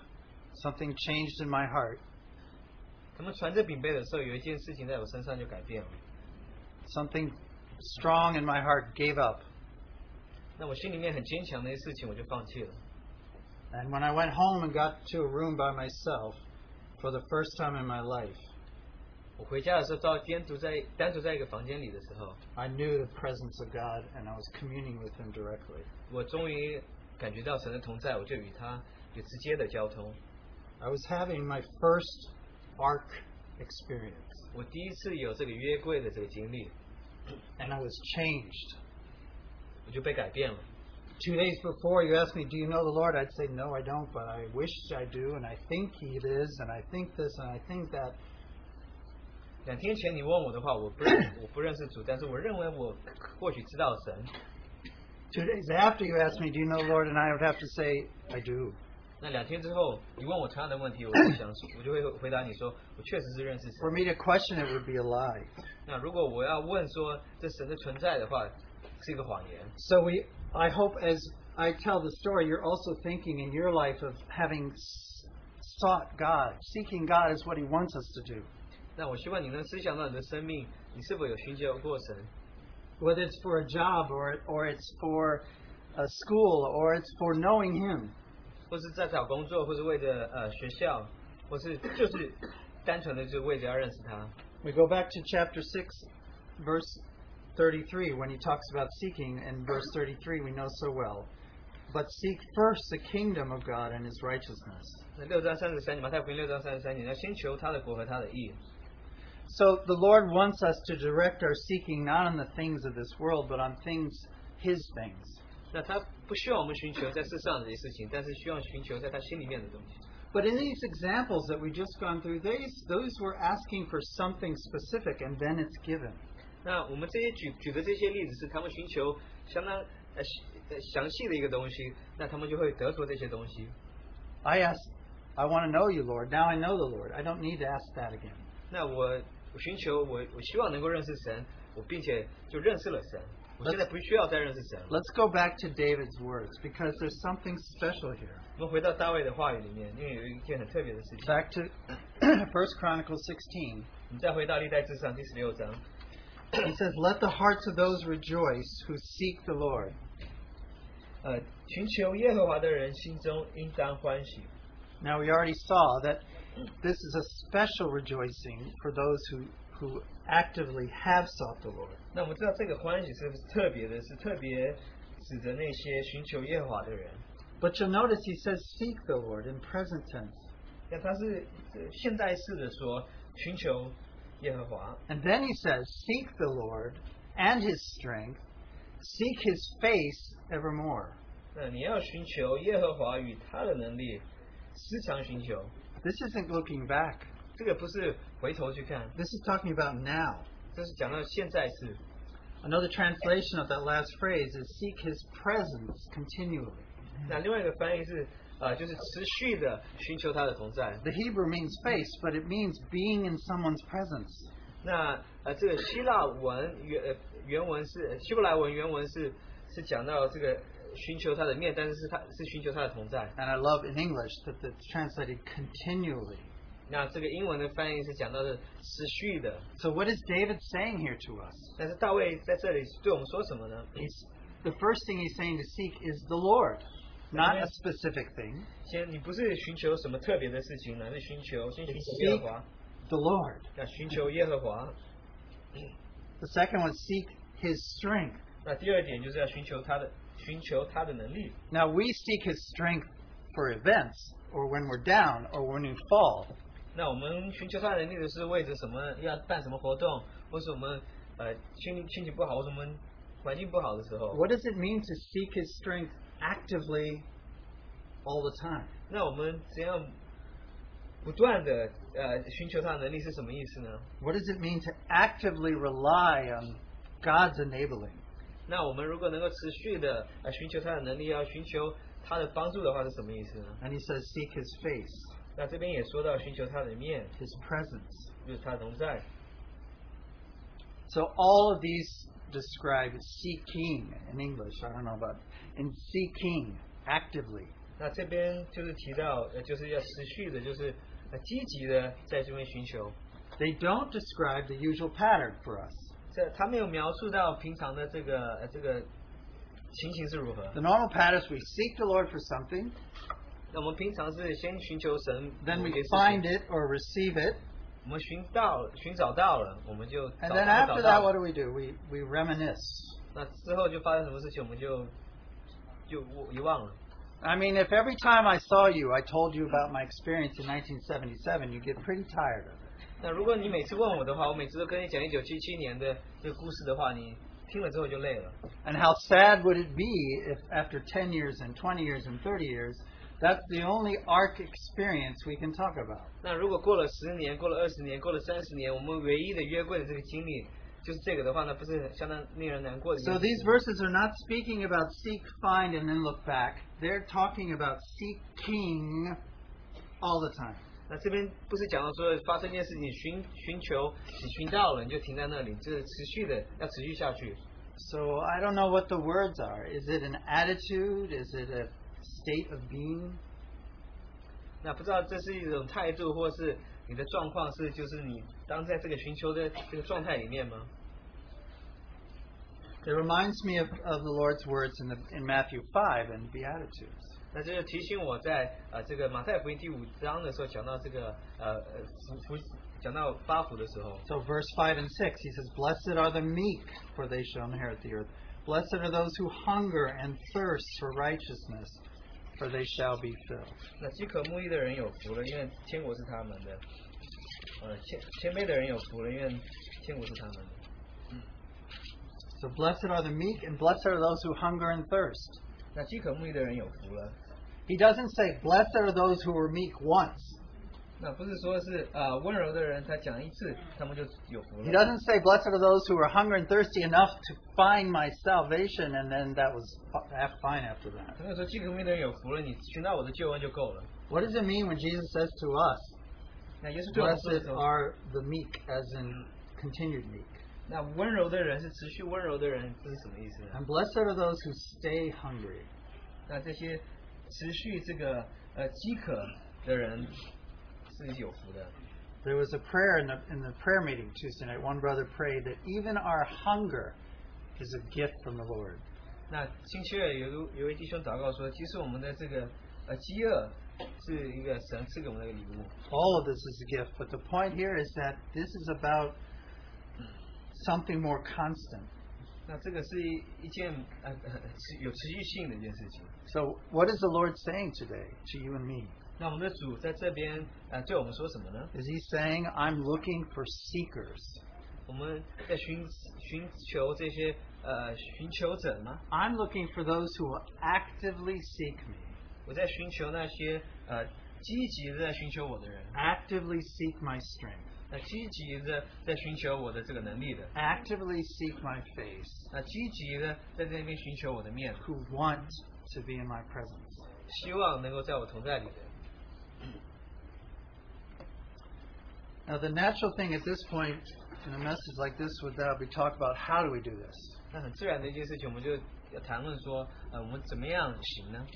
B: Something changed in my heart.
A: 他们传这饼杯的时候，有一件事情在我身上就改变了。
B: Something strong in my heart gave up.
A: 那我心里面很坚强的一些事情，我就放弃了。
B: And when I went home and got to a room by myself, for the first time in my life,
A: 我回家的时候，到单独在单独在一个房间里的时候，
B: I knew the presence of God and I was communing with Him directly.
A: 我终于感觉到神的同在，我就与他有直接的交通。
B: I was having my first ark experience
A: 我第一次有这个约柜的这个经历，
B: and I was changed.
A: 我就被改变了。
B: Two days before, you asked me, Do you know the Lord? I'd say, No, I don't, but I wish I do, and I think He is, and I think this, and I think that.
A: 两天前你问我的话，我不认我不认识主，但是我认为我或许知道神。
B: Two days after, you asked me, Do you know the Lord? And I would have to say, I do.
A: 那两天之后，你问我同样的问题，我就想，我就会回答你说，我确实是认识
B: For
A: 神。
B: me to question it would be a lie.
A: 那如果我要问说这神的存在的话，是一个谎言。
B: So we, I hope as I tell the story, you're also thinking in your life of having s- sought God. Seeking God is what He wants us to do.
A: 那我希望你能思想到你的生命，你是否有寻求过神？
B: Whether it's for a job or, or it's for a school or it's for knowing Him.
A: 或是在找工作，或是为着呃学校，或是就是单纯的就是为着要认识他。
B: We go back to chapter 6, verse 33, when he talks about seeking, and verse 33 we know so well. But seek first the kingdom of God and his righteousness.
A: 那六章三十三，马太福音六章三十三，你要先求他的国和他的义。
B: So the Lord wants us to direct our seeking not on the things of this world, but on things, his things.
A: 那他不需要我们寻求在世上的一些事情，但是需要寻求在他心里面的东西。
B: But in these examples that we've just gone through, these, those were asking for something specific, and then it's given.
A: 那我们这些举举的这些例子是他们寻求相当呃细呃详细的一个东西，那他们就会得着这些东西。
B: I asked, I want to know you, Lord. Now I know the Lord. I don't need to ask that again.
A: 那我我寻求我我希望能够认识神，我并且就认识了神。我现在不需要再认识神了。
B: Let's go back to David's words because there's something special here.
A: 我们回到大卫的话语里面，因为有一件很特别的事情。
B: Back to 1 Chronicles 16.
A: 你再回到历代至上第十六章，
B: He says, Let the hearts of those rejoice who seek the Lord.
A: 呃，寻求耶和华的人心中应当欢喜。
B: Now, we already saw that this is a special rejoicing for those who, who actively have sought the Lord.
A: 那我们知道这个欢喜是不是特别的，是特别指着那些寻求耶和华的人。
B: But you'll notice he says, Seek the Lord in present tense.
A: 那他是呃现代式的说寻求耶和华，
B: And then he says, Seek the Lord and his strength, seek his face evermore.
A: 那你要寻求耶和华与他的能力，时常寻求。
B: This isn't looking back,
A: 这个不是回头去看，
B: this is talking about now.
A: 这是讲到现在式。
B: Another translation of that last phrase is seek his presence continually.
A: 那另外一个翻译是呃，就是持续的寻求他的同在。
B: The Hebrew means face, but it means being in someone's presence.
A: 那呃，这个希腊文原呃原文是呃希伯来文原文是是讲到这个呃寻求他的面，但是是他是寻求他的同在。
B: And I love in English that it's translated continually.
A: 那这个英文的翻译是讲到的持续的，
B: So what is David saying here to us?
A: 但是大卫在这里对我们说什么呢？
B: He's, the first thing he's saying to seek is the Lord, not a
A: Amen.
B: specific thing.
A: 先，你不是寻求什么特别的事情，乃是寻求先寻求
B: Seek
A: 耶和华，
B: The Lord.
A: 那寻求耶和华。
B: The second one, seek his strength.
A: 那第二点就是要寻求他的寻求他的能力。
B: Now we seek his strength for events, or when we're down, or when we fall.
A: 那我们寻求他的能力的是为着什么？要办什么活动，或是我们呃心情心情不好，或是我们环境不好的时候，
B: What does it mean to seek his strength actively all the time?
A: 那我们怎样不断的呃寻求他的能力是什么意思呢？
B: What does it mean to actively rely on God's enabling?
A: 那我们如果能够持续的呃寻求他的能力，要寻求他的帮助的话是什么意思呢？
B: And he says, seek his face,
A: 那这边也说到寻求他的面，
B: his presence.
A: 就是他的同在。
B: So all of these describe seeking in English. I don't know about in seeking actively.
A: 那这边就是提到呃就是要持续的，就是呃积极的在这边寻求。
B: They don't describe the usual pattern for us.
A: 这他没有描述到平常的这个、呃、这个情形是如何。
B: The normal pattern is we seek the Lord for something,
A: 那我们平常是先寻求神
B: then
A: 某
B: we
A: 一件事情
B: find it or receive it,
A: 我我们寻到寻找到了，我们就找
B: And
A: 到
B: then after
A: 找到了
B: that, what do we do? We, we reminisce.
A: 那之后就发生什么事情，我们就就我遗忘了。
B: I mean, if every time I saw you, I told you about my experience in 1977, you get pretty tired of it.
A: 那如果你每次问我的话，我每次都跟你讲一九七七年的这个故事的话，你听了之后就累了。
B: And how sad would it be if after 10 years and 20 years and 30 years, that's the only ARC experience we can talk about.
A: 那如果过了十年、过了二十年、过了三十年，我们唯一的约会的这个经历就是这个的话，那不是很相当令人难过的一件
B: So
A: 事
B: these
A: 情。
B: verses are not speaking about seek, find, and then look back. They're talking about seeking all the time.
A: 那这边不是讲到说发生一件事情，寻寻求，你寻到了你就停在那里，这是持续的要持续下去。
B: So I don't know what the words are. Is it an attitude? Is it a state of being?
A: 那不知道这是一种态度，或是你的状况是就是你当在这个寻求的这个状态里面吗？
B: It reminds me of, of the Lord's words in, the, in Matthew 5 and Beatitudes.
A: 那就是提醒我在呃这个马太福音第五章的时候讲到这个呃呃福福讲到八福的时候，
B: So verse 5 and 6, he says, Blessed are the meek, for they shall inherit the earth. Blessed are those who hunger and thirst for righteousness, for they shall be filled.
A: 那饥渴慕义的人有福了，因为天国是他们的。呃，谦谦卑的人有福了，因为天国是他们的。
B: So blessed are the meek, and blessed are those who hunger and thirst.
A: 那饥渴慕义的人有福了，
B: He doesn't say, Blessed are those who were meek once.
A: 那不是说是呃温柔的人，他讲一次他们就有福
B: He
A: 了。
B: doesn't say, Blessed are those who were hungry and thirsty enough to find my salvation, and then that was fi- af- fine after that.
A: 他没有说饥渴慕义的人有福了，你寻到我的救恩就够了。
B: What does it mean when Jesus says to us,
A: 那耶稣对我们说的
B: Blessed
A: 时候，
B: are the meek, as in continued meek?
A: 那温柔的人是持续温柔的人，这是什么意思呢？
B: And blessed are those who stay hungry.
A: 那这些持续这个呃饥渴的人是有福的。
B: There was a prayer in the, in the prayer meeting Tuesday night. One brother prayed that even our hunger is a gift from the Lord.
A: 那星期二有有位弟兄祷告说，其实我们的这个呃饥饿是一个神赐给我们的一个礼物。
B: all of this is a gift, but the point here is that this is about something more constant.
A: 那这个是一一件呃呃持有持续性的一件事情。
B: So, what is the Lord saying today to you and me?
A: 那我们的主在这边呃对我们说什么呢？
B: Is He saying, I'm looking for seekers?
A: 我们在寻寻求这些呃寻求者吗？
B: I'm looking for those who will actively seek me,
A: 我在寻求那些呃积极的在寻求我的人，
B: actively seek my strength,
A: 那积极的在寻求我的这个能力的。
B: actively seek my face,
A: 那积极的在那边寻求我的面，
B: who want to be in my presence.
A: 希望能够在我同在里的。
B: Now, the natural thing at this point in a message like this would that we talk about how do we do this?
A: 那很自然的一件事情，我们就要谈论说，呃，我们怎么样行呢？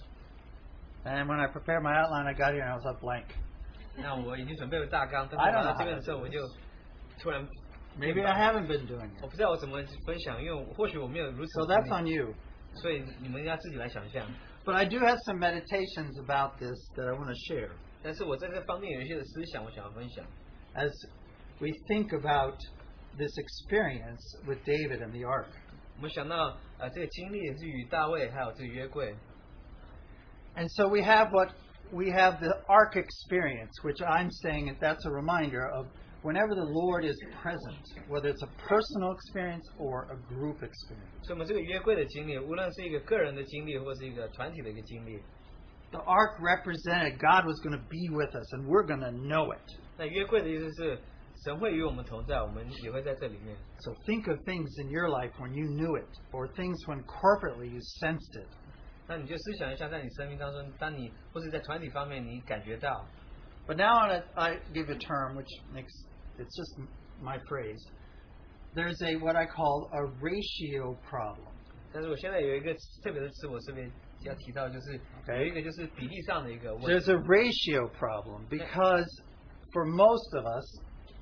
B: And when I prepared my outline, I got here and I was up blank.
A: 那我已经准备了大纲，但
B: I
A: 是
B: don't
A: 我
B: know
A: 到
B: how
A: 这边
B: to
A: 的时候，
B: do
A: 我就突然
B: Maybe I haven't been doing
A: 我
B: it.
A: 不知道我怎么分享，因为我或许我没有如此
B: So
A: 的
B: that's
A: 经
B: on you.
A: 历，所以你们要自己来想象。
B: But I do have some meditations about this that I want to share
A: 但是我在这方面有一些的思想，我想要分享。
B: as we think about this experience with David and the ark.
A: 我们想到，呃，这个经历是与大卫还有这个约柜，
B: And so we have what we have the ark experience, which I'm saying that that's a reminder of whenever the Lord is present, whether it's a personal experience or a group experience.
A: 所以我们这个约柜的经历，无论是一个个人的经历，或是一个团体的一个经历，
B: The ark represented God was going to be with us and we're going to know it.
A: 那约柜的意思是，神会与我们同在，我们也会在这里面。
B: So think of things in your life when you knew it, or things when corporately you sensed it.
A: 那你就思想一下，在你生命当中，当你或是在团体方面，你感觉到，
B: But now I I give a term which makes it's just m- my phrase. There's a what I call a ratio problem.
A: 但是我现在有一个特别的词，我这边要提到，就是有一个就是比例上的一个问
B: There's
A: 题。
B: a ratio problem because for most of us,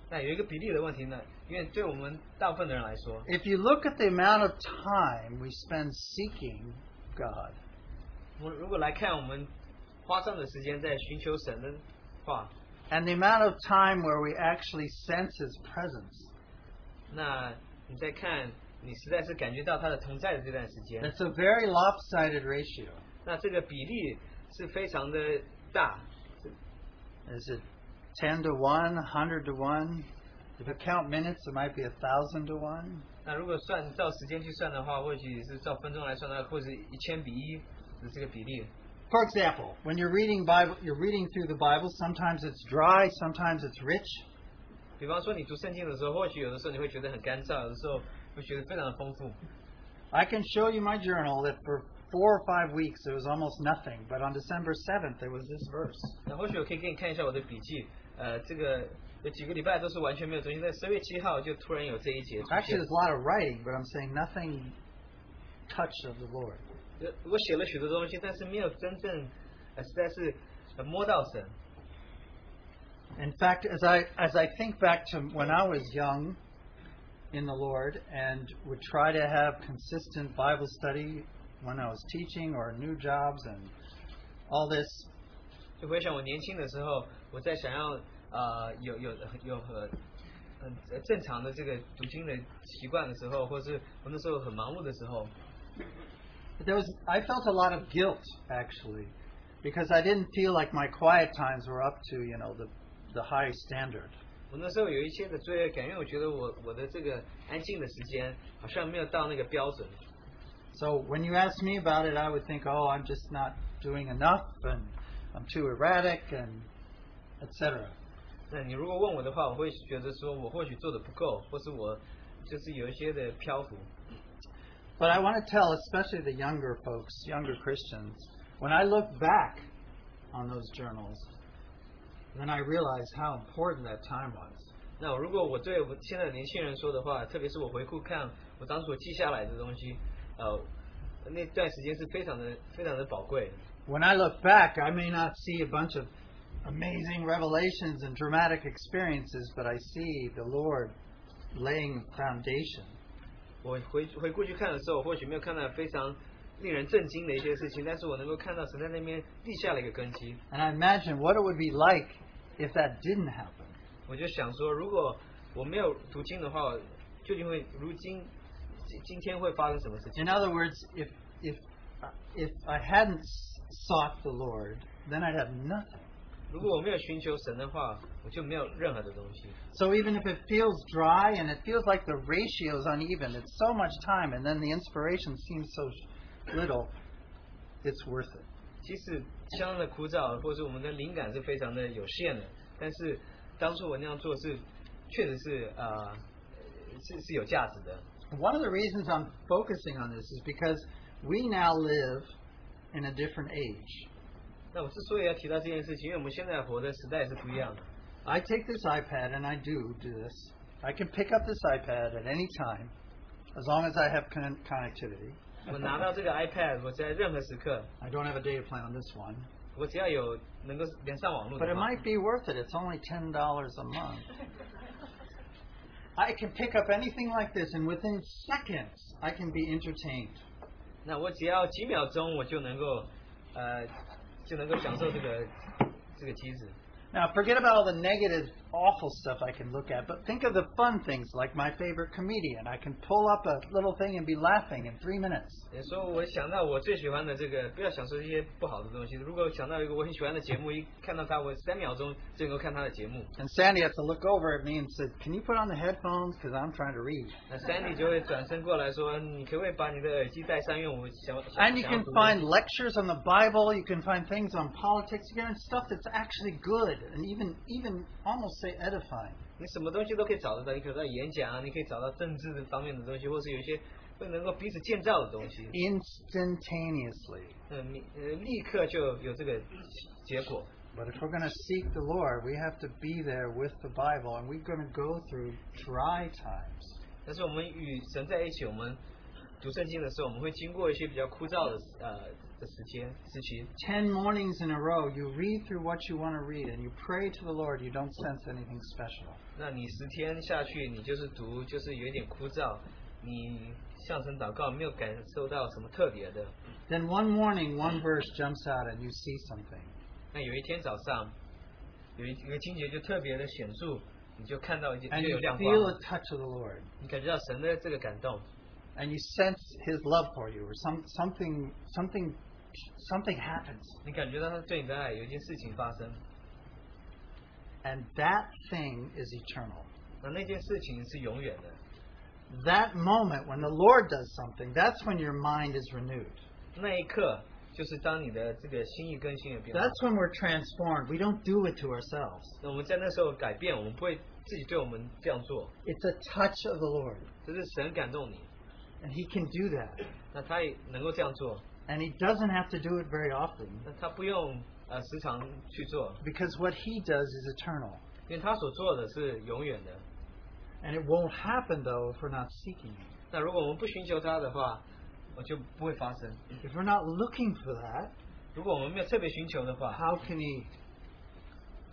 A: 那有一个比例的问题呢，因为对我们大部分的人来说，
B: if you look at the amount of time we spend seeking God,
A: 我们如果来看我们花上的时间在寻求神的话，
B: and the amount of time where we actually sense His presence.
A: 那你再看，你实在是感觉到他的同在的这段时间，
B: It's a very lopsided ratio.
A: 那这个比例是非常的大，
B: Is it 10 to 1, 100 to 1? If I count minutes, it might be 1,000 to 1.
A: 那如果算照时间去算的话，或许是照分钟来算的话，或是一千比一的这个比例。
B: For example, when you're reading Bible, you're reading through the Bible, sometimes it's dry, sometimes it's rich.
A: 比方说你读圣经的时候，或许有的时候你会觉得很干燥，有的时候会觉得非常的丰富。
B: I can show you my journal that for four or five weeks there was almost nothing, but on December 7th there was this verse.
A: 那或许我可以给你看一下我的笔记，呃，这个有几个礼拜都是完全没有东西，在十月七号就突然有这一节出
B: Actually,
A: 现。
B: there's a lot of writing, but I'm saying nothing touched of the Lord.
A: 呃我写了许多东西，但是没有真正，呃，实在是、呃、摸到神。
B: In fact, as I as I think back to when I was young in the Lord and would try to have consistent Bible study when I was teaching or new jobs and all this,
A: 就回想我年轻的时候，我在想要呃有有有很很呃正常的这个读经的习惯的时候，或是我那时候很忙碌的时候，
B: there was I felt a lot of guilt actually because I didn't feel like my quiet times were up to you know the the high standard.
A: 我那时候有一些的罪恶感，因为我觉得我我的这个安静的时间好像没有到那个标准。
B: So when you asked me about it, I would think, oh, I'm just not doing enough and I'm too erratic and etc.
A: 那你如果问我的话，我会觉得说我或许做的不够，或是我就是有一些的漂浮。
B: But I want to tell, especially the younger folks, younger Christians, when I look back on those journals, then I realize how important that time was.
A: 那如果我对我现在的年轻人说的话，特别是我回顾看我当初我记下来的东西，呃，那段时间是非常的非常的宝贵。
B: When I look back, I may not see a bunch of amazing revelations and dramatic experiences, but I see the Lord laying foundation.
A: 我回回顾去看的时候，或许没有看到非常令人震惊的一些事情，但是我能够看到神在那边立下了一个根基。
B: And I imagine what it would be like if that didn't happen.
A: 我就想说，如果我没有读经的话，究竟会如今今今天会发生什么事情？
B: In other words, if if if I hadn't s- sought the Lord, then I'd have nothing.
A: 如果我没有寻求神的话，我就没有任何的东西。
B: So even if it feels dry and it feels like the ratio is uneven, it's so much time, and then the inspiration seems so sh- little, it's worth it.
A: 即使相当的枯燥，或者是我们的灵感是非常的有限的，但是当初我那样做是确实是呃是是有价值的。
B: One of the reasons I'm focusing on this is because we now live in a different age.
A: 那我之所以要提到这件事情，因为我们现在活的时代是不一样的。
B: I take this iPad and I do do this. I can pick up this iPad at any time, as long as I have con- connectivity.
A: 我拿到这个 iPad，我在任何时刻，
B: I don't have a data plan on this one,
A: 我只要有能够连上网络
B: but
A: 的
B: it
A: 话，
B: might be worth it. It's only ten dollars a month. I can pick up anything like this, and within seconds, I can be entertained.
A: 那我只要几秒钟，我就能够呃就能够享受这个这个机子。
B: Now, forget about all the negative, awful stuff I can look at, but think of the fun things like my favorite comedian. I can pull up a little thing and be laughing in three minutes.
A: 也说我想到我最喜欢的这个，不要享受这些不好的东西。如果想到一个我很喜欢的节目，一看到它，我三秒钟就能够看它的节目。
B: And Sandy has to look over at me and said, "Can you put on the headphones? Because I'm trying to read."
A: 那 Sandy 就会转身过来说：“你可不可以把你的耳机戴上？因为我想想
B: And you
A: 想要
B: can
A: 读东西
B: find lectures on the Bible. You can find things on politics. You can find stuff that's actually good and even even almost say edifying.
A: 你什么东西都可以找得到，你可以找到演讲啊，你可以找到政治的方面的东西，或是有一些会能够彼此建造的东西。
B: Instantaneously.
A: 嗯，你呃立刻就有这个结果。
B: But if we're going to seek the Lord, we have to be there with the Bible, and we're going to go through dry times.
A: 但是我们与神在一起，我们读圣经的时候，我们会经过一些比较枯燥的呃的时间时期。
B: Ten mornings in a row, you read through what you want to read, and you pray to the Lord. You don't sense anything special.
A: 那你十天下去，你就是读，就是有一点枯燥，你向神祷告，没有感受到什么特别的。
B: Then one morning, one verse jumps out, and you see something.
A: 那有一天早上，有一个情节就特别的显著，你就看到就
B: and
A: 就有
B: you
A: 亮
B: feel
A: 光，
B: a touch of the Lord,
A: 你感觉到神的这个感动，
B: and you sense His love for you, or some something something something happens,
A: 你感觉到他对你的爱有一件事情发生，
B: and that thing is eternal.
A: 那那件事情是永远的。
B: That moment when the Lord does something, that's when your mind is renewed.
A: 那一刻就是当你的这个心意更新的变化。
B: That's when we're transformed. We don't do it to ourselves.
A: 那我们在那时候改变，我们不会自己对我们这样做，
B: It's a touch of the Lord,
A: 这是神感动你，
B: and He can do that.
A: 那他也能够这样做，
B: And He doesn't have to do it very often
A: 那他不用呃时常去做，
B: because what He does is eternal.
A: 因为他所做的是永远的。
B: And it won't happen though if we're not seeking it.
A: 那如果我们不寻求他的话，我就不会发生。
B: If we're not looking for that,
A: 如果我们没有特别寻求的话，
B: how can He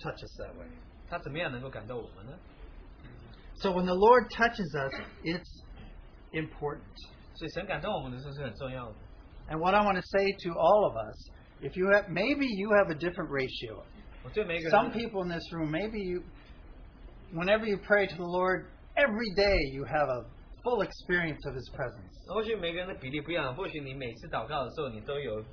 B: touch us that way?
A: 他怎么样能够感动我们呢？
B: So when the Lord touches us, it's important.
A: 所以神感动我们的时候是很重要的。
B: And what I want to say to all of us, if you have, maybe you have a different ratio.
A: 我对每一个
B: Some
A: 人，
B: people in this room, maybe you, whenever you pray to the Lord, every day you have a full experience of His presence.
A: 或许每个人的比例不一样，或许你每次祷告的时候你都有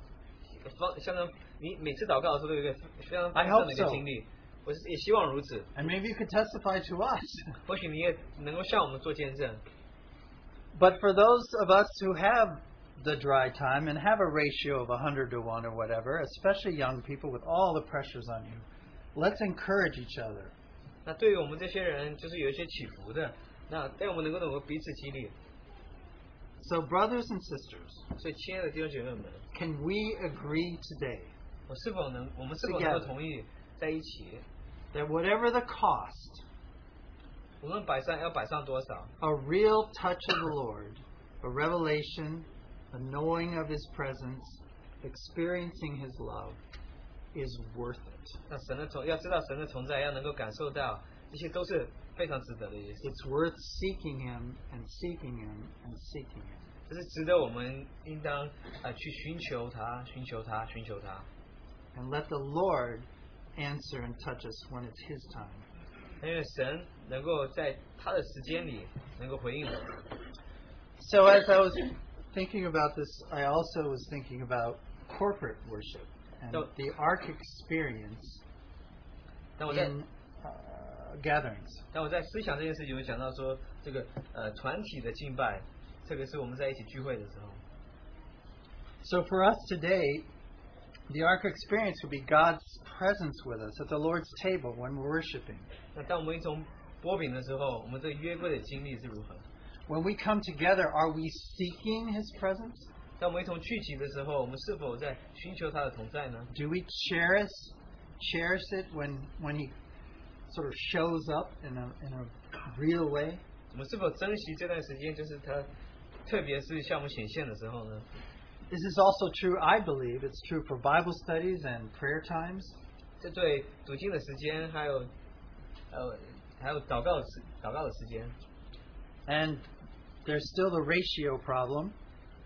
A: 方相当，你每次祷告的时候都有一个非常丰
B: I
A: 盛
B: hope
A: 的一个
B: so.
A: 经历。我是也希望如此，
B: And maybe you could testify to us.
A: 或许你也能够向我们做见证。
B: But for those of us who have the dry time and have a ratio of 100 to 1 or whatever, especially young people with all the pressures on you, let's encourage each other.
A: 那对于我们这些人，就是有一些起伏的。那但我们能够能够彼此激励，
B: So, brothers and sisters,
A: 所以亲爱的弟兄姐妹们，
B: can we agree today
A: 我是否能，我们是否能够
B: Together.
A: 同意在一起？
B: that whatever the cost,
A: 无论摆上要摆上多少，
B: a real touch of the Lord, a revelation, a knowing of His presence, experiencing His love is worth it.
A: 那神的存要知道神的存在，要能够感受到，这些都是非常值得的一些事，
B: It's worth seeking Him and seeking Him and seeking Him.
A: 这是值得我们应当啊、呃去寻求他，寻求他，寻求他。
B: And let the Lord answer and touch us when it's His time.
A: 因为神能够在他的时间里能够回应我们。
B: So, as I was thinking about this, I also was thinking about corporate worship and
A: So-
B: the ark experience
A: 那我在
B: in uh, gatherings.
A: 那我在思想这件事情，有讲到说这个呃团体的敬拜，特别是我们在一起聚会的时候。
B: So for us today, the Ark experience would be God's presence with us at the Lord's table when we're worshiping.
A: 那当我们一从波饼的时候，我们这个约柜的经历是如何？
B: When we come together, are we seeking His presence?
A: 当我们一同聚集的时候，我们是否在寻求他的同在呢？
B: Do we cherish cherish it when when He sort of shows up in a in a real way?
A: 我们是否珍惜这段时间？就是他，特别是向我们显现的时候呢？
B: This is also true, I believe. It's true for Bible studies and prayer times.
A: 这对读经的时间，还有，呃，还有祷告的时祷告的时间，
B: And there's still the ratio problem.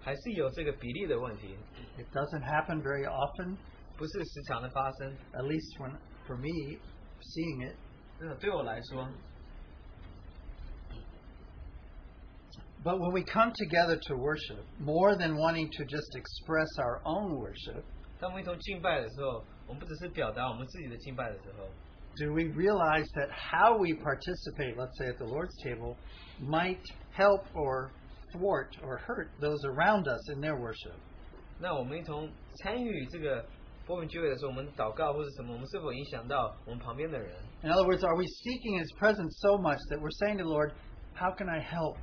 A: 还是有这个比例的问题，
B: It doesn't happen very often,
A: 不是时常的发生。
B: at least when for me seeing it.
A: 真的对我来说，
B: But when we come together to worship, more than wanting to just express our own worship,
A: 当我们一同敬拜的时候，我们不只是表达我们自己的敬拜的时候，
B: do we realize that how we participate, let's say at the Lord's table, might help or thwart or hurt those around us in their worship?
A: 那我们一同参与这个波饼聚会的时候，我们祷告或者什么，我们是否影响到我们旁边的人？
B: In other words, are we seeking His presence so much that we're saying to the Lord, How can I help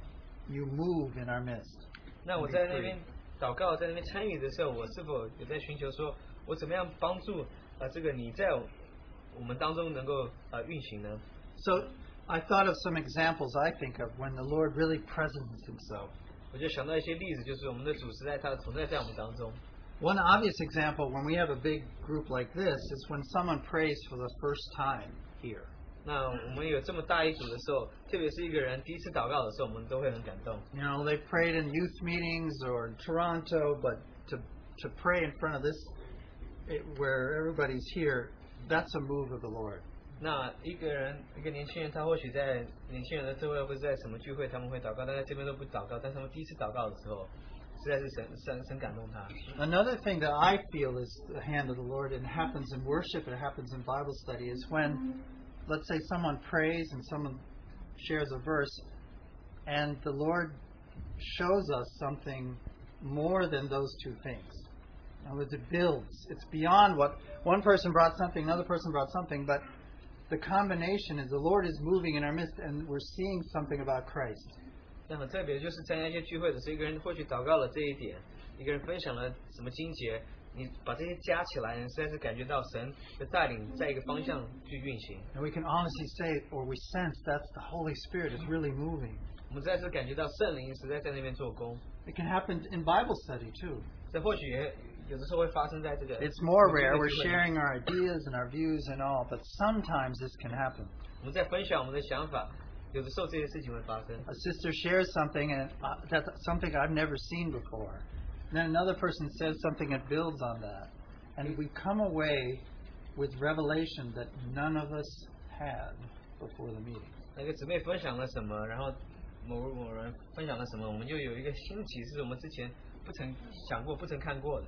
B: you move in our midst?
A: 那我在那边祷告，在那边参与的时候，我是否也在寻求说，我怎么样帮助呃这个你在我们当中能够呃运行呢？
B: So I thought of some examples I think of when the Lord really presents Himself.
A: 我就想到一些例子，就是我们的主时代，它的存在在我们当中。
B: One obvious example when we have a big group like this is when someone prays for the first time here.
A: 那我们有这么大一组的时候，特别是一个人第一次祷告的时候，我们都会很感动。
B: You know, they prayed in youth meetings or in Toronto, but to to eh, pray in front of this it, where everybody's here, that's a move of the Lord.
A: 那一个人，一个年轻人，他或许在年轻人的聚会或者在什么聚会，他们会祷告，但在这边都不祷告。但他们第一次祷告的时候，实在是神神神感动他。
B: Another thing that I feel is the hand of the Lord, and it happens in worship, it happens in Bible study, is when, let's say, someone prays and someone shares a verse, and the Lord shows us something more than those two things. In other words, it builds. It's beyond what one person brought something, another person brought something, but the combination is the Lord is moving in our midst, and we're seeing something about Christ.
A: 那很特别，就是参加一些聚会的时候，一个人或许祷告了这一点，一个人分享了什么经节，你把这些加起来，你实在是感觉到神的带领在一个方向去运行。
B: And we can honestly say, or we sense, that's the Holy Spirit is really moving.
A: 我们实在是感觉到圣灵实在在那边做工。
B: It can happen in Bible study too.
A: 这或许也有的时候会发生在这个
B: It's more
A: 我觉得
B: rare. We're
A: 是会
B: sharing our ideas and our views and all, but sometimes this can happen.
A: 我们在分享我们的想法，有的时候这些事情会发生。
B: A sister shares something and uh, that's something I've never seen before. Then another person says something and builds on that, and we come away with revelation that none of us had before the meeting.
A: 那个姊妹分享了什么，然后某某人分享了什么，我们就有一个新奇，是我们之前不曾想过、不曾看过的。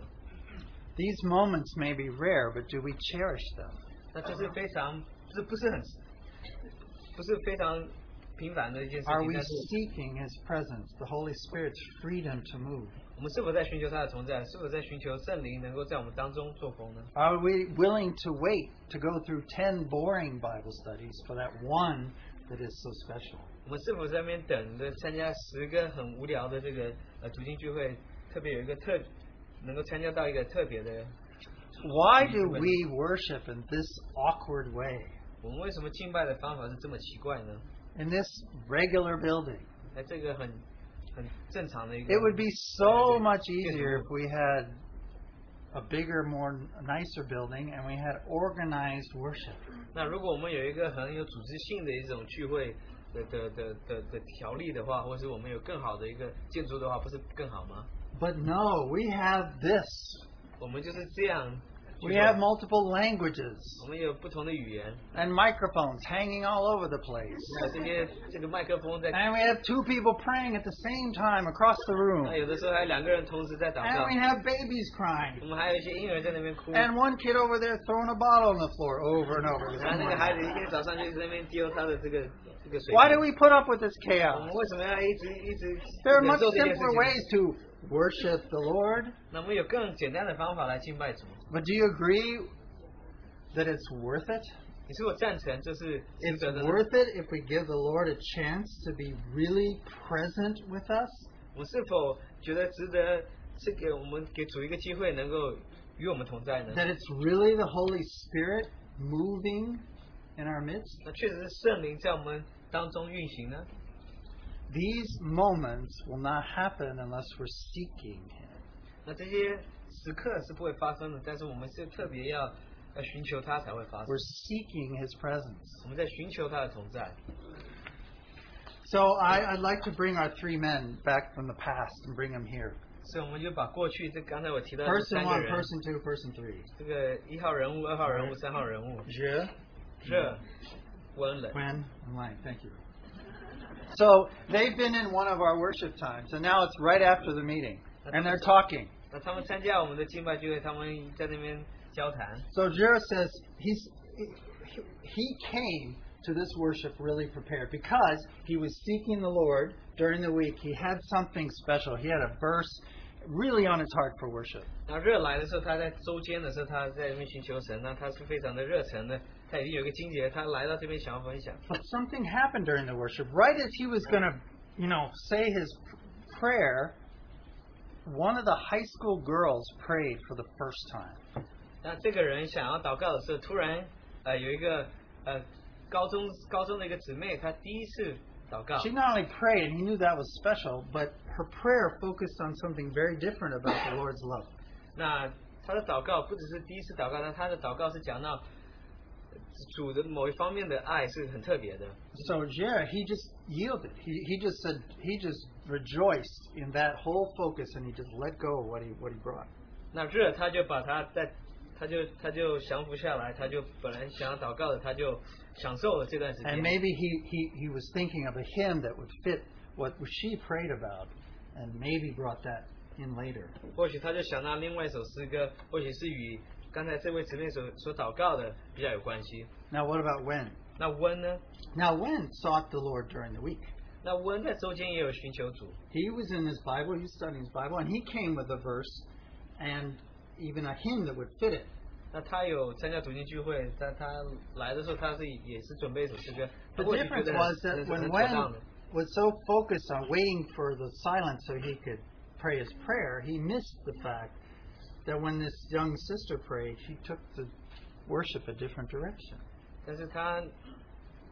B: These moments may be rare, but do we cherish them?
A: 那这是非常，这不是很，不是非常平凡的一件事
B: Are
A: 情。
B: we
A: 但是
B: seeking His presence, the Holy Spirit's freedom to move?
A: 我们是否在寻求他的存在？是否在寻求圣灵能够在我们当中做工呢？
B: Are we willing to wait to go through 10 boring Bible studies for that one that is so special?
A: 我们是否在那边等着参加十个很无聊的这个呃读经聚会，特别有一个特能够参加到一个特别的？
B: Why do we worship in this awkward way,
A: 我们为什么敬拜的方法是这么奇怪呢？
B: in this regular building?
A: 那哎这个很很正常的一个。
B: It would be so much easier if we had a bigger, more nicer building and we had organized worship.
A: 那如果我们有一个很有组织性的一种聚会的的的的的条例的话，或是我们有更好的一个建筑的话，不是更好吗？
B: But no, we have this.
A: 我们就是这样聚
B: We
A: 会。
B: have multiple languages
A: 我们有不同的语言，
B: and microphones hanging all over the place.
A: 那这些这个麦克风在，
B: And we have two people praying at the same time across the
A: 那
B: room.
A: 有的时候还两个人同时在祷
B: And 哎
A: 告，
B: we have 哎 babies
A: 我
B: crying.
A: 们还有一些婴儿在那边哭，
B: And one kid over there throwing a bottle on the floor over and
A: 然后那个孩
B: over.
A: 子一天早上就在那边丢他的这个这个水
B: Why do
A: 瓶
B: we put up with this
A: 我们
B: chaos?
A: 为什么要一直一直
B: There are
A: 忍
B: much
A: 受这件事
B: simpler
A: 情？
B: ways to worship the Lord.
A: 那我们有更简单的方法来敬拜主。
B: But do you agree that it's worth it?
A: 你是否赞成就是值
B: It's
A: 得的呢？
B: worth it if we give the Lord a chance to be really present with us.
A: 我是否觉得值得是给我们给主一个机会，能够与我们同在呢？
B: That it's really the Holy Spirit moving in our midst.
A: 那确实是圣灵在我们当中运行呢。
B: These moments will not happen unless we're seeking Him.
A: 那这些时刻是不会发生的，但是我们是特别要要寻求它才会发生
B: We're。seeking His presence.
A: 我们在寻求它的同在。
B: So I, I'd like to bring our three men back from the past and bring them here.
A: 所以我们就把过去这刚才我提到的
B: Person
A: 三个
B: one,
A: 人，
B: person two, person three.
A: 这个一号人物、二号人物、三号人物，
B: Je,
A: 热、温冷。
B: Gwen, and Lang. Thank you. So they've been in one of our worship times, and now it's right after the meeting, and they're talking.
A: 那他们参加我们的敬拜聚会，他们在那边交谈。
B: So Jira says he's he- he came to this worship really prepared because he was seeking the Lord during the week. He had something special. He had a verse really on his heart for worship.
A: 那热来的时候，他在周间的时候，他在那边寻求神，那他是非常的热忱的，他已经有一个经节，他来到这边想要分享。
B: But something happened during the worship. Right as he was going to, you know, say his prayer, one of the high school girls prayed for the first time.
A: 那这个人想要祷告的时候，突然呃有一个呃高中高中的一个姊妹，她第一次祷告，
B: She not only prayed, and he knew that was special, but her prayer focused on something very different about the Lord's love.
A: 那她的祷告不只是第一次祷告，那她的祷告是讲到主的某一方面的爱是很特别的。
B: So Jared, he just yielded. He he just said he just rejoiced in that whole focus, and he just let go of what he what he brought.
A: 那热他就把他在他就他就降服下来，他就本来想要祷告的，他就享受了这段时
B: And
A: 间。
B: maybe he, he, he was thinking of a hymn that would fit what she prayed about and maybe brought that in later.
A: 或许他就想到另外一首诗歌，或许是与刚才这位姊妹所所祷告的比较有关系。
B: Now, what about when?
A: 那温呢？
B: Now, when sought the Lord during the week?
A: 那温在周间也有寻求主，
B: He was in his Bible, he was studying his Bible, and he came with a verse and even a hymn that would fit it.
A: 那他有参加读经聚会，但他来的时候他是也是准备一首诗歌。
B: The
A: 他或许
B: difference
A: 觉得
B: was
A: 那
B: that
A: 是很
B: when
A: 妥当
B: Wen
A: 的。
B: was so focused on waiting for the silence so he could pray his prayer, he missed the fact that when this young sister prayed, she took the worship a different direction.
A: 但是他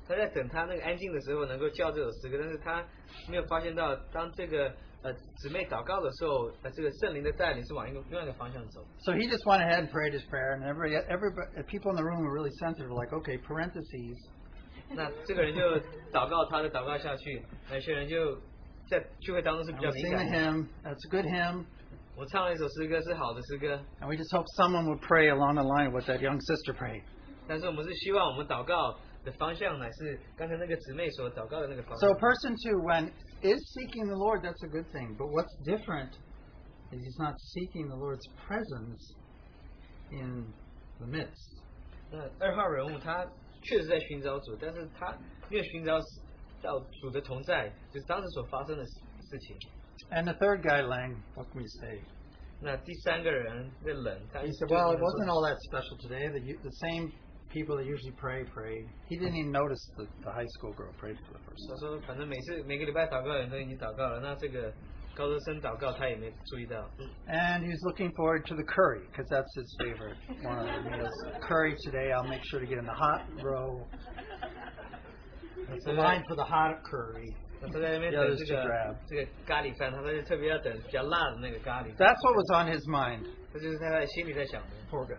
A: 他在等他那个安静的时候能够叫这首诗歌，但是他没有发现到，当这个呃姊妹祷告的时候，呃这个圣灵的带领是往一个另外一个方向走。
B: So he just went ahead and prayed his prayer, and everybody, everybody, people in the room were really sensitive, like, okay, parentheses,
A: 那这个人就祷告他的祷告下去，那些人就在聚会当中是
B: and
A: 比
B: we
A: 较敏
B: sing the
A: 感的。
B: hymn, that's a good hymn,
A: 我唱了一首诗歌是好的诗歌，
B: and we just hope someone would pray along the line of what that young sister prayed.
A: 但是我们是希望我们祷告的方向乃是刚才那个姊妹所祷告的那个方
B: So
A: 向
B: a。person too, when is seeking the Lord, that's a good thing. But what's different is he's not seeking the Lord's presence in the midst.
A: 那二号人物他确实在寻找主，但是他没有寻找到主的同在，就是当时所发生的事事情。
B: And the third guy, Lang, what can we say?
A: 那第三个人的人，他
B: He
A: 一
B: said, "Well, it wasn't all that special today. The, u- the same people that usually pray prayed. He didn't even notice that the high school girl prayed for the first
A: 他
B: time."
A: 说，反正每次每个礼拜祷告人都已经祷告了，那这个高中生祷告他也没注意到。
B: And he was looking forward to the curry because that's his favorite one of the meals. Curry today. I'll make sure to get in the hot row. It's the line for the hot curry.
A: 那他在那边
B: Yeah,
A: 等
B: that's
A: 这
B: too
A: 个
B: drab.
A: 这个咖喱饭，他就特别要等比较辣的那个咖喱，
B: That's what was on his mind.
A: 这就是他在心里在想的。
B: Poor guy.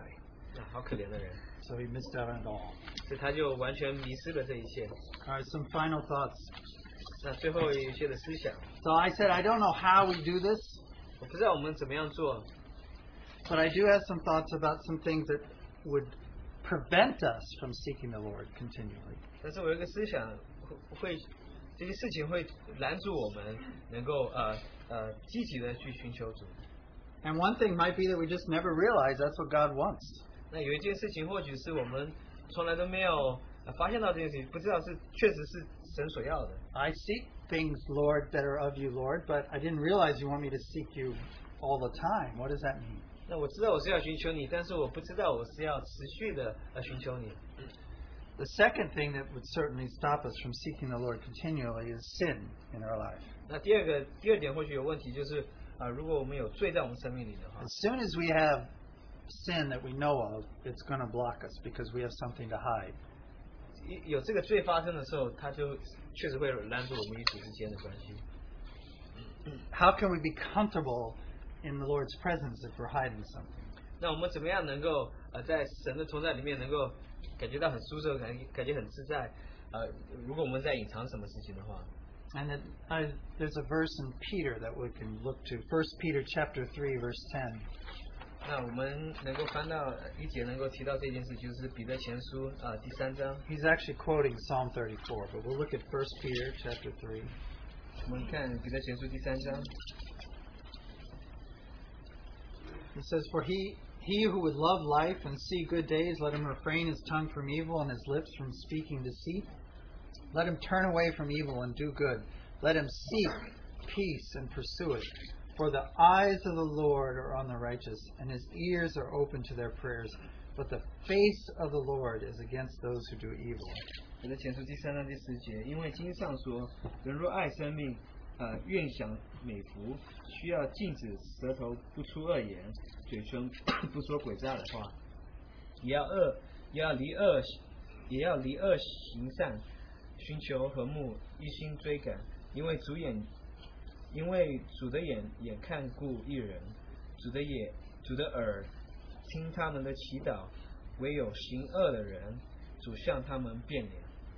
A: 啊，好可怜的人，
B: So he missed out on it all.
A: 所以他就完全迷失了这一切。
B: All right, some final thoughts.
A: 那最后有一些的思想，
B: So I said, I don't know how we do this,
A: 我不知道我们怎么样做，
B: but I do have some thoughts about some things that would prevent us from seeking the Lord continually.
A: 但是我有一个思想会会这些事情会拦住我们能够呃呃积极的去寻求主。
B: And one thing might be that we just never realize that's what God wants.
A: 那有一件事情，或许是我们从来都没有、呃发现到这件事情，不知道是确实是神所要的。
B: I seek things, Lord, that are of you, Lord, but I didn't realize you want me to seek you all the time. What does that mean?
A: 那我知道我是要寻求你，但是我不知道我是要持续的呃寻求你。
B: The second thing that would certainly stop us from seeking the Lord continually is sin in our life.
A: 那第二个第二点或许有问题，就是啊、呃如果我们有罪在我们生命里的话，
B: As soon as we have sin that we know of, it's going to block us because we have something to hide.
A: 一有这个罪发生的时候，它就确实会拦住我们与主之间的关系。
B: How can we be comfortable in the Lord's presence if we're hiding something?
A: 那我们怎么样能够呃在神的同在里面能够感觉到很舒适，感感觉很自在？呃，如果我们在隐藏什么事情的话，
B: And it, I, there's a verse in Peter that we can look to. 1 Peter chapter 3 verse 10.
A: 那我们能够翻到呃一节能够提到这件事，就是彼得前书啊、呃第三章，
B: He's actually quoting Psalm 34, but we'll look at 1 Peter chapter 3.
A: 我们看彼得前书第三章，
B: It says, For he, he who would love life and see good days, let him refrain his tongue from evil and his lips from speaking deceit. Let him turn away from evil and do good. Let him seek peace and pursue it. For the eyes of the Lord are on the righteous, and his ears are open to their prayers. But the face of the Lord is against those who do evil.
A: 彼得前书第三章第十节，因为经上说，人若爱生命，呃，愿享美福，需要禁止舌头不出恶言，嘴唇不说诡诈的话，也要恶，也要离恶，也要离恶行善，寻求和睦，一心追赶，因为主眼，因为主的眼眼看顾一人，主的眼，主的耳听他们的祈祷，唯有行恶的人，主向他们变脸。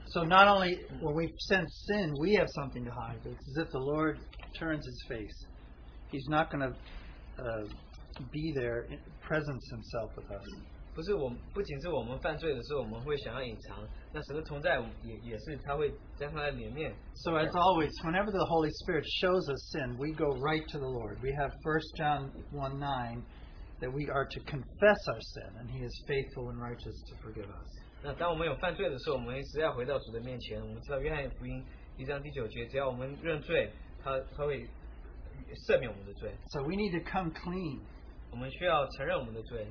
B: So not only when we sense sin, we have something to hide. But it's as if the Lord turns His face. He's not going to uh, be there, presence Himself with us.
A: 不是我们不仅是我们犯罪的时候，我们会想要隐藏，那神的同在我们也也是他会将他的脸面
B: So as always, whenever the Holy Spirit shows us sin, we go right to the Lord. We have 1 John 1 9 that we are to confess our sin, and He is faithful and righteous to forgive us.
A: 那当我们有犯罪的时候，我们一直要回到主的面前。我们知道约翰福音一章第九节，只要我们认罪，他他会赦免我们的罪。
B: So we need to come clean.
A: 我们需要承认我们的罪。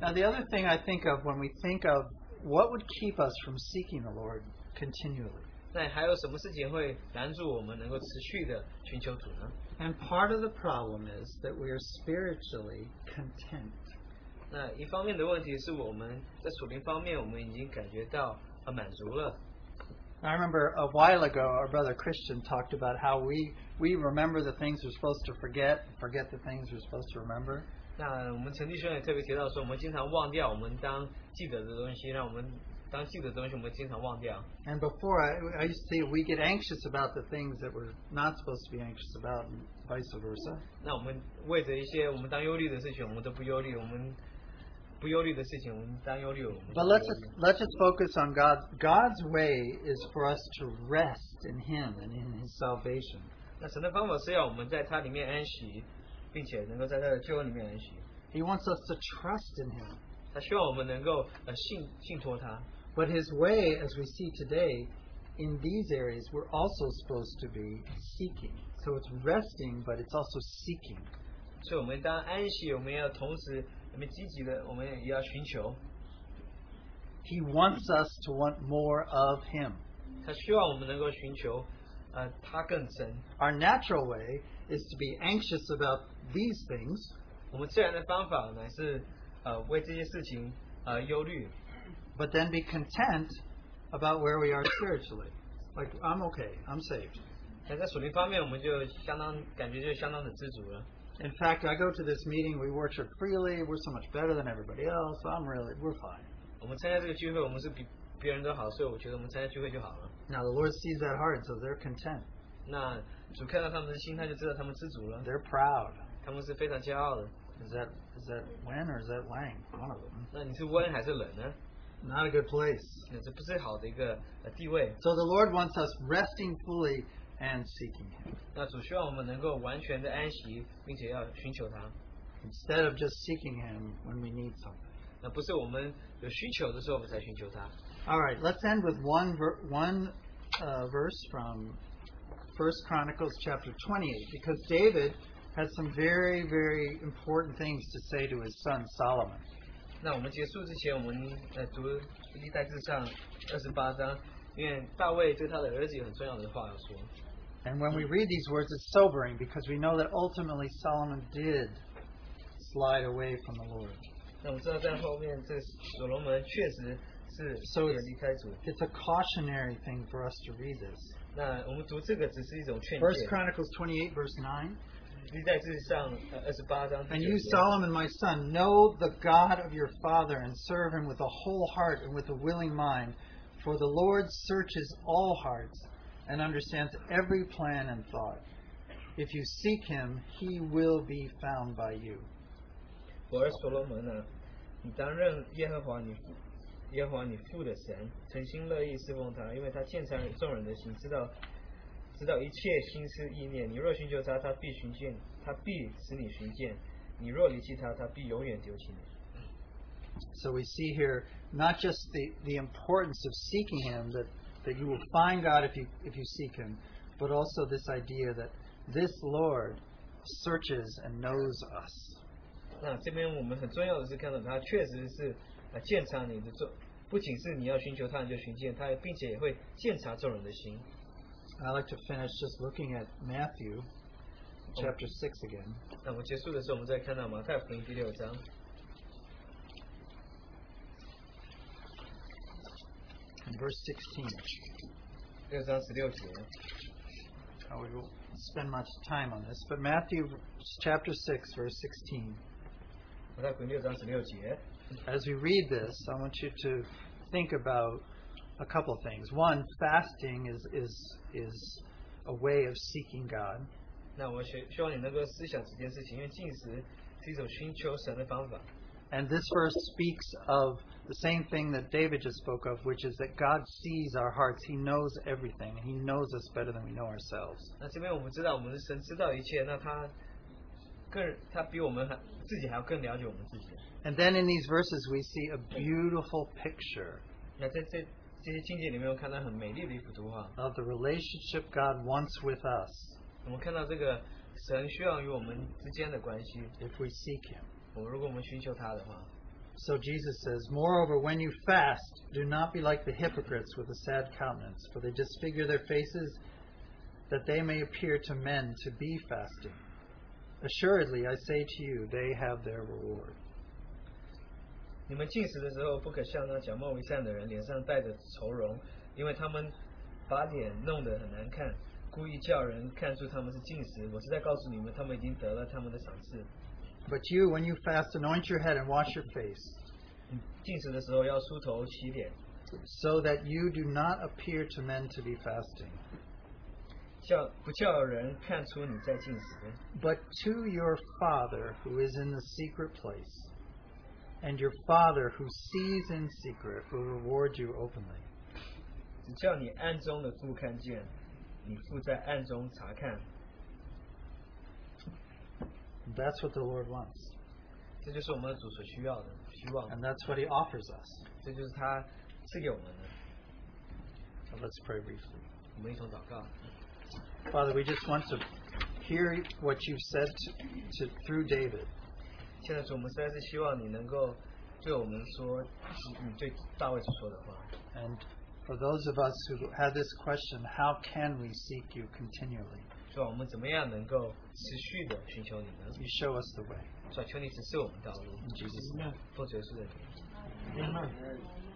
B: Now, the other thing I think of when we think of what would keep us from seeking the Lord continually,
A: 那还有什么事情会拦住我们能够持续的寻求主呢？
B: and part of the problem is that we are spiritually content.
A: 那一方面的问题是我们在属灵方面，我们已经感觉到很满足了。
B: I remember a while ago, our brother Christian talked about how we, we remember the things we're supposed to forget, forget the things we're supposed to remember.
A: 那我们陈弟兄也特别提到说，我们经常忘掉我们当记得的东西，让我们当记得的东西，我们经常忘掉。
B: And before, I, I used to say we get anxious about the things that we're not supposed to be anxious about, and vice versa.
A: 那我们为着一些我们当忧虑的事情，我们都不忧虑；我们不忧虑的事情，我们当忧虑。我们
B: But
A: 不忧
B: let's
A: 虑
B: just, let's just focus on God. God's way is for us to rest in Him and in His salvation.
A: 那神的方法是要我们在它里面安息，并且能够在他的救恩里面安息。
B: He wants us to trust in Him.
A: 他希望我们能够呃信信托他。
B: But His way, as we see today, in these areas, we're also supposed to be seeking. So it's resting, but it's also seeking.
A: 所以，我们当安息，我们要同时我们积极的，我们也要寻求。
B: He wants us to want more of Him.
A: 他希望我们能够寻求，呃，他更深。
B: Our natural way is to be anxious about these things,
A: 我们自然的方法乃是呃为这些事情呃忧虑，
B: but then be content about where we are spiritually. Like, I'm okay, I'm saved.
A: 但在属灵方面，我们就相当感觉就相当的知足了。
B: In fact, I go to this meeting, we worship freely, we're so much better than everybody else, I'm really, we're fine.
A: 我们参加这个聚会，我们是比别人都好，所以我觉得我们参加聚会就好了。
B: Now, the Lord sees that heart, so they're content,
A: 那主看到他们的心，他就知道他们知足了，
B: they're proud.
A: 他们是非常骄傲的。
B: Is that is that Wen or is that Wang? One of them.
A: 那你是温还是冷呢？
B: Not a good place.
A: 那这不是好的一个呃地位。
B: So the Lord wants us resting fully and seeking Him
A: 那主希望我们能够完全的安息，并且要寻求他。
B: instead of just seeking Him when we need something.
A: 那不是我们有需求的时候我们才寻求他。
B: All right, let's end with one ver- one uh, verse from First Chronicles chapter 28 because David has some very very important things to say to his son Solomon.
A: 那我们结束之前，我们呃读《历代志上》二十八章，因为大卫对他的儿子有很重要的话要说。
B: And when we read these words, it's sobering because we know that ultimately Solomon did slide away from the Lord.
A: 那我们知道在后面这所罗门确实是
B: 所以
A: 也离开主。
B: It's a cautionary thing for us to read this.
A: 那我们读这个只是一种劝
B: First
A: 诫。
B: Chronicles 28, verse 9.
A: 历代志上呃二十八章第
B: And
A: 九
B: you,
A: 节。
B: Solomon, my son, know the God of your father and serve him with a whole heart and with a willing mind. For the Lord searches all hearts and understands every plan and thought. If you seek him, he will be found by you.
A: 我儿所罗门啊，你当认耶和华你父耶和华你父的神，诚心乐意侍奉他，因为他鉴察众人的心，知道知道一切心思意念。你若寻求他，他必寻见，他必使你寻见；你若离弃他，他必永远丢弃你。
B: So we see here not just the, the importance of seeking Him, that, that you will find God if you, if you seek Him, but also this idea that this Lord searches and knows us.
A: 那这边我们很重要的是看到他确实是啊鉴察你的众，不仅是你要寻求他，你就寻见他，并且也会鉴察众人的心。
B: I like to finish just looking at Matthew chapter 6 again.
A: 那我们结束的时候，我们再看到马太福音第六章。
B: In verse 16,
A: 六章十六节，
B: I we won't spend much time on this, but Matthew chapter 6, verse 16.
A: 马太福音六章十六节，
B: As we read this, I want you to think about a couple of things. One, fasting is is is a way of seeking God.
A: 那我希希望你能够思想这件事情，因为进食是一种寻求神的方法。
B: And this verse speaks of the same thing that David just spoke of, which is that God sees our hearts. He knows everything. and He knows us better than we know ourselves.
A: 那这边我们知道，我们的神知道一切，那他更他比我们还自己还要更了解我们自己。
B: And then in these verses, we see a beautiful picture
A: 那在这这些境界里面，我看到很美丽的一幅图画。
B: of the relationship God wants with us
A: 我们看到这个神需要与我们之间的关系。
B: if we seek Him.
A: 我们如果我们寻求他的话，
B: So Jesus says, Moreover, when you fast, do not be like the hypocrites with a sad countenance, for they disfigure their faces that they may appear to men to be fasting. Assuredly, I say to you, they have their reward.
A: 你们进食的时候，不可像那假冒为善的人脸上带着愁容，因为他们把脸弄得很难看，故意叫人看出他们是进食。我是在告诉你们，他们已经得了他们的赏赐。
B: But you, when you fast, anoint your head and wash your face,
A: 你进食的时候要梳头洗脸，
B: so that you do not appear to men to be fasting,
A: 叫不叫人看出你在进食。
B: but to your Father who is in the secret place. And your Father who sees in secret will reward you openly.
A: 只叫你暗中的父看见，你父在暗中查看，
B: That's what the Lord wants.
A: 这就是我们的主所需要的，希望的
B: And that's what he offers us.
A: 这就是他赐给我们的。
B: So let's pray briefly.
A: 我们一同祷告，
B: Father, we just want to hear what you've said to, to, through David.
A: 现在主，我们实在是希望你能够对我们说你对大卫所说的话。
B: And for those of us who have this question, how can we seek you continually?
A: 主啊，我们怎么样能够持续的寻求你呢？
B: You show us the way.
A: 主啊，求你指示我们道路。
B: In Jesus' name.
A: 奉主耶稣的名。
B: Amen.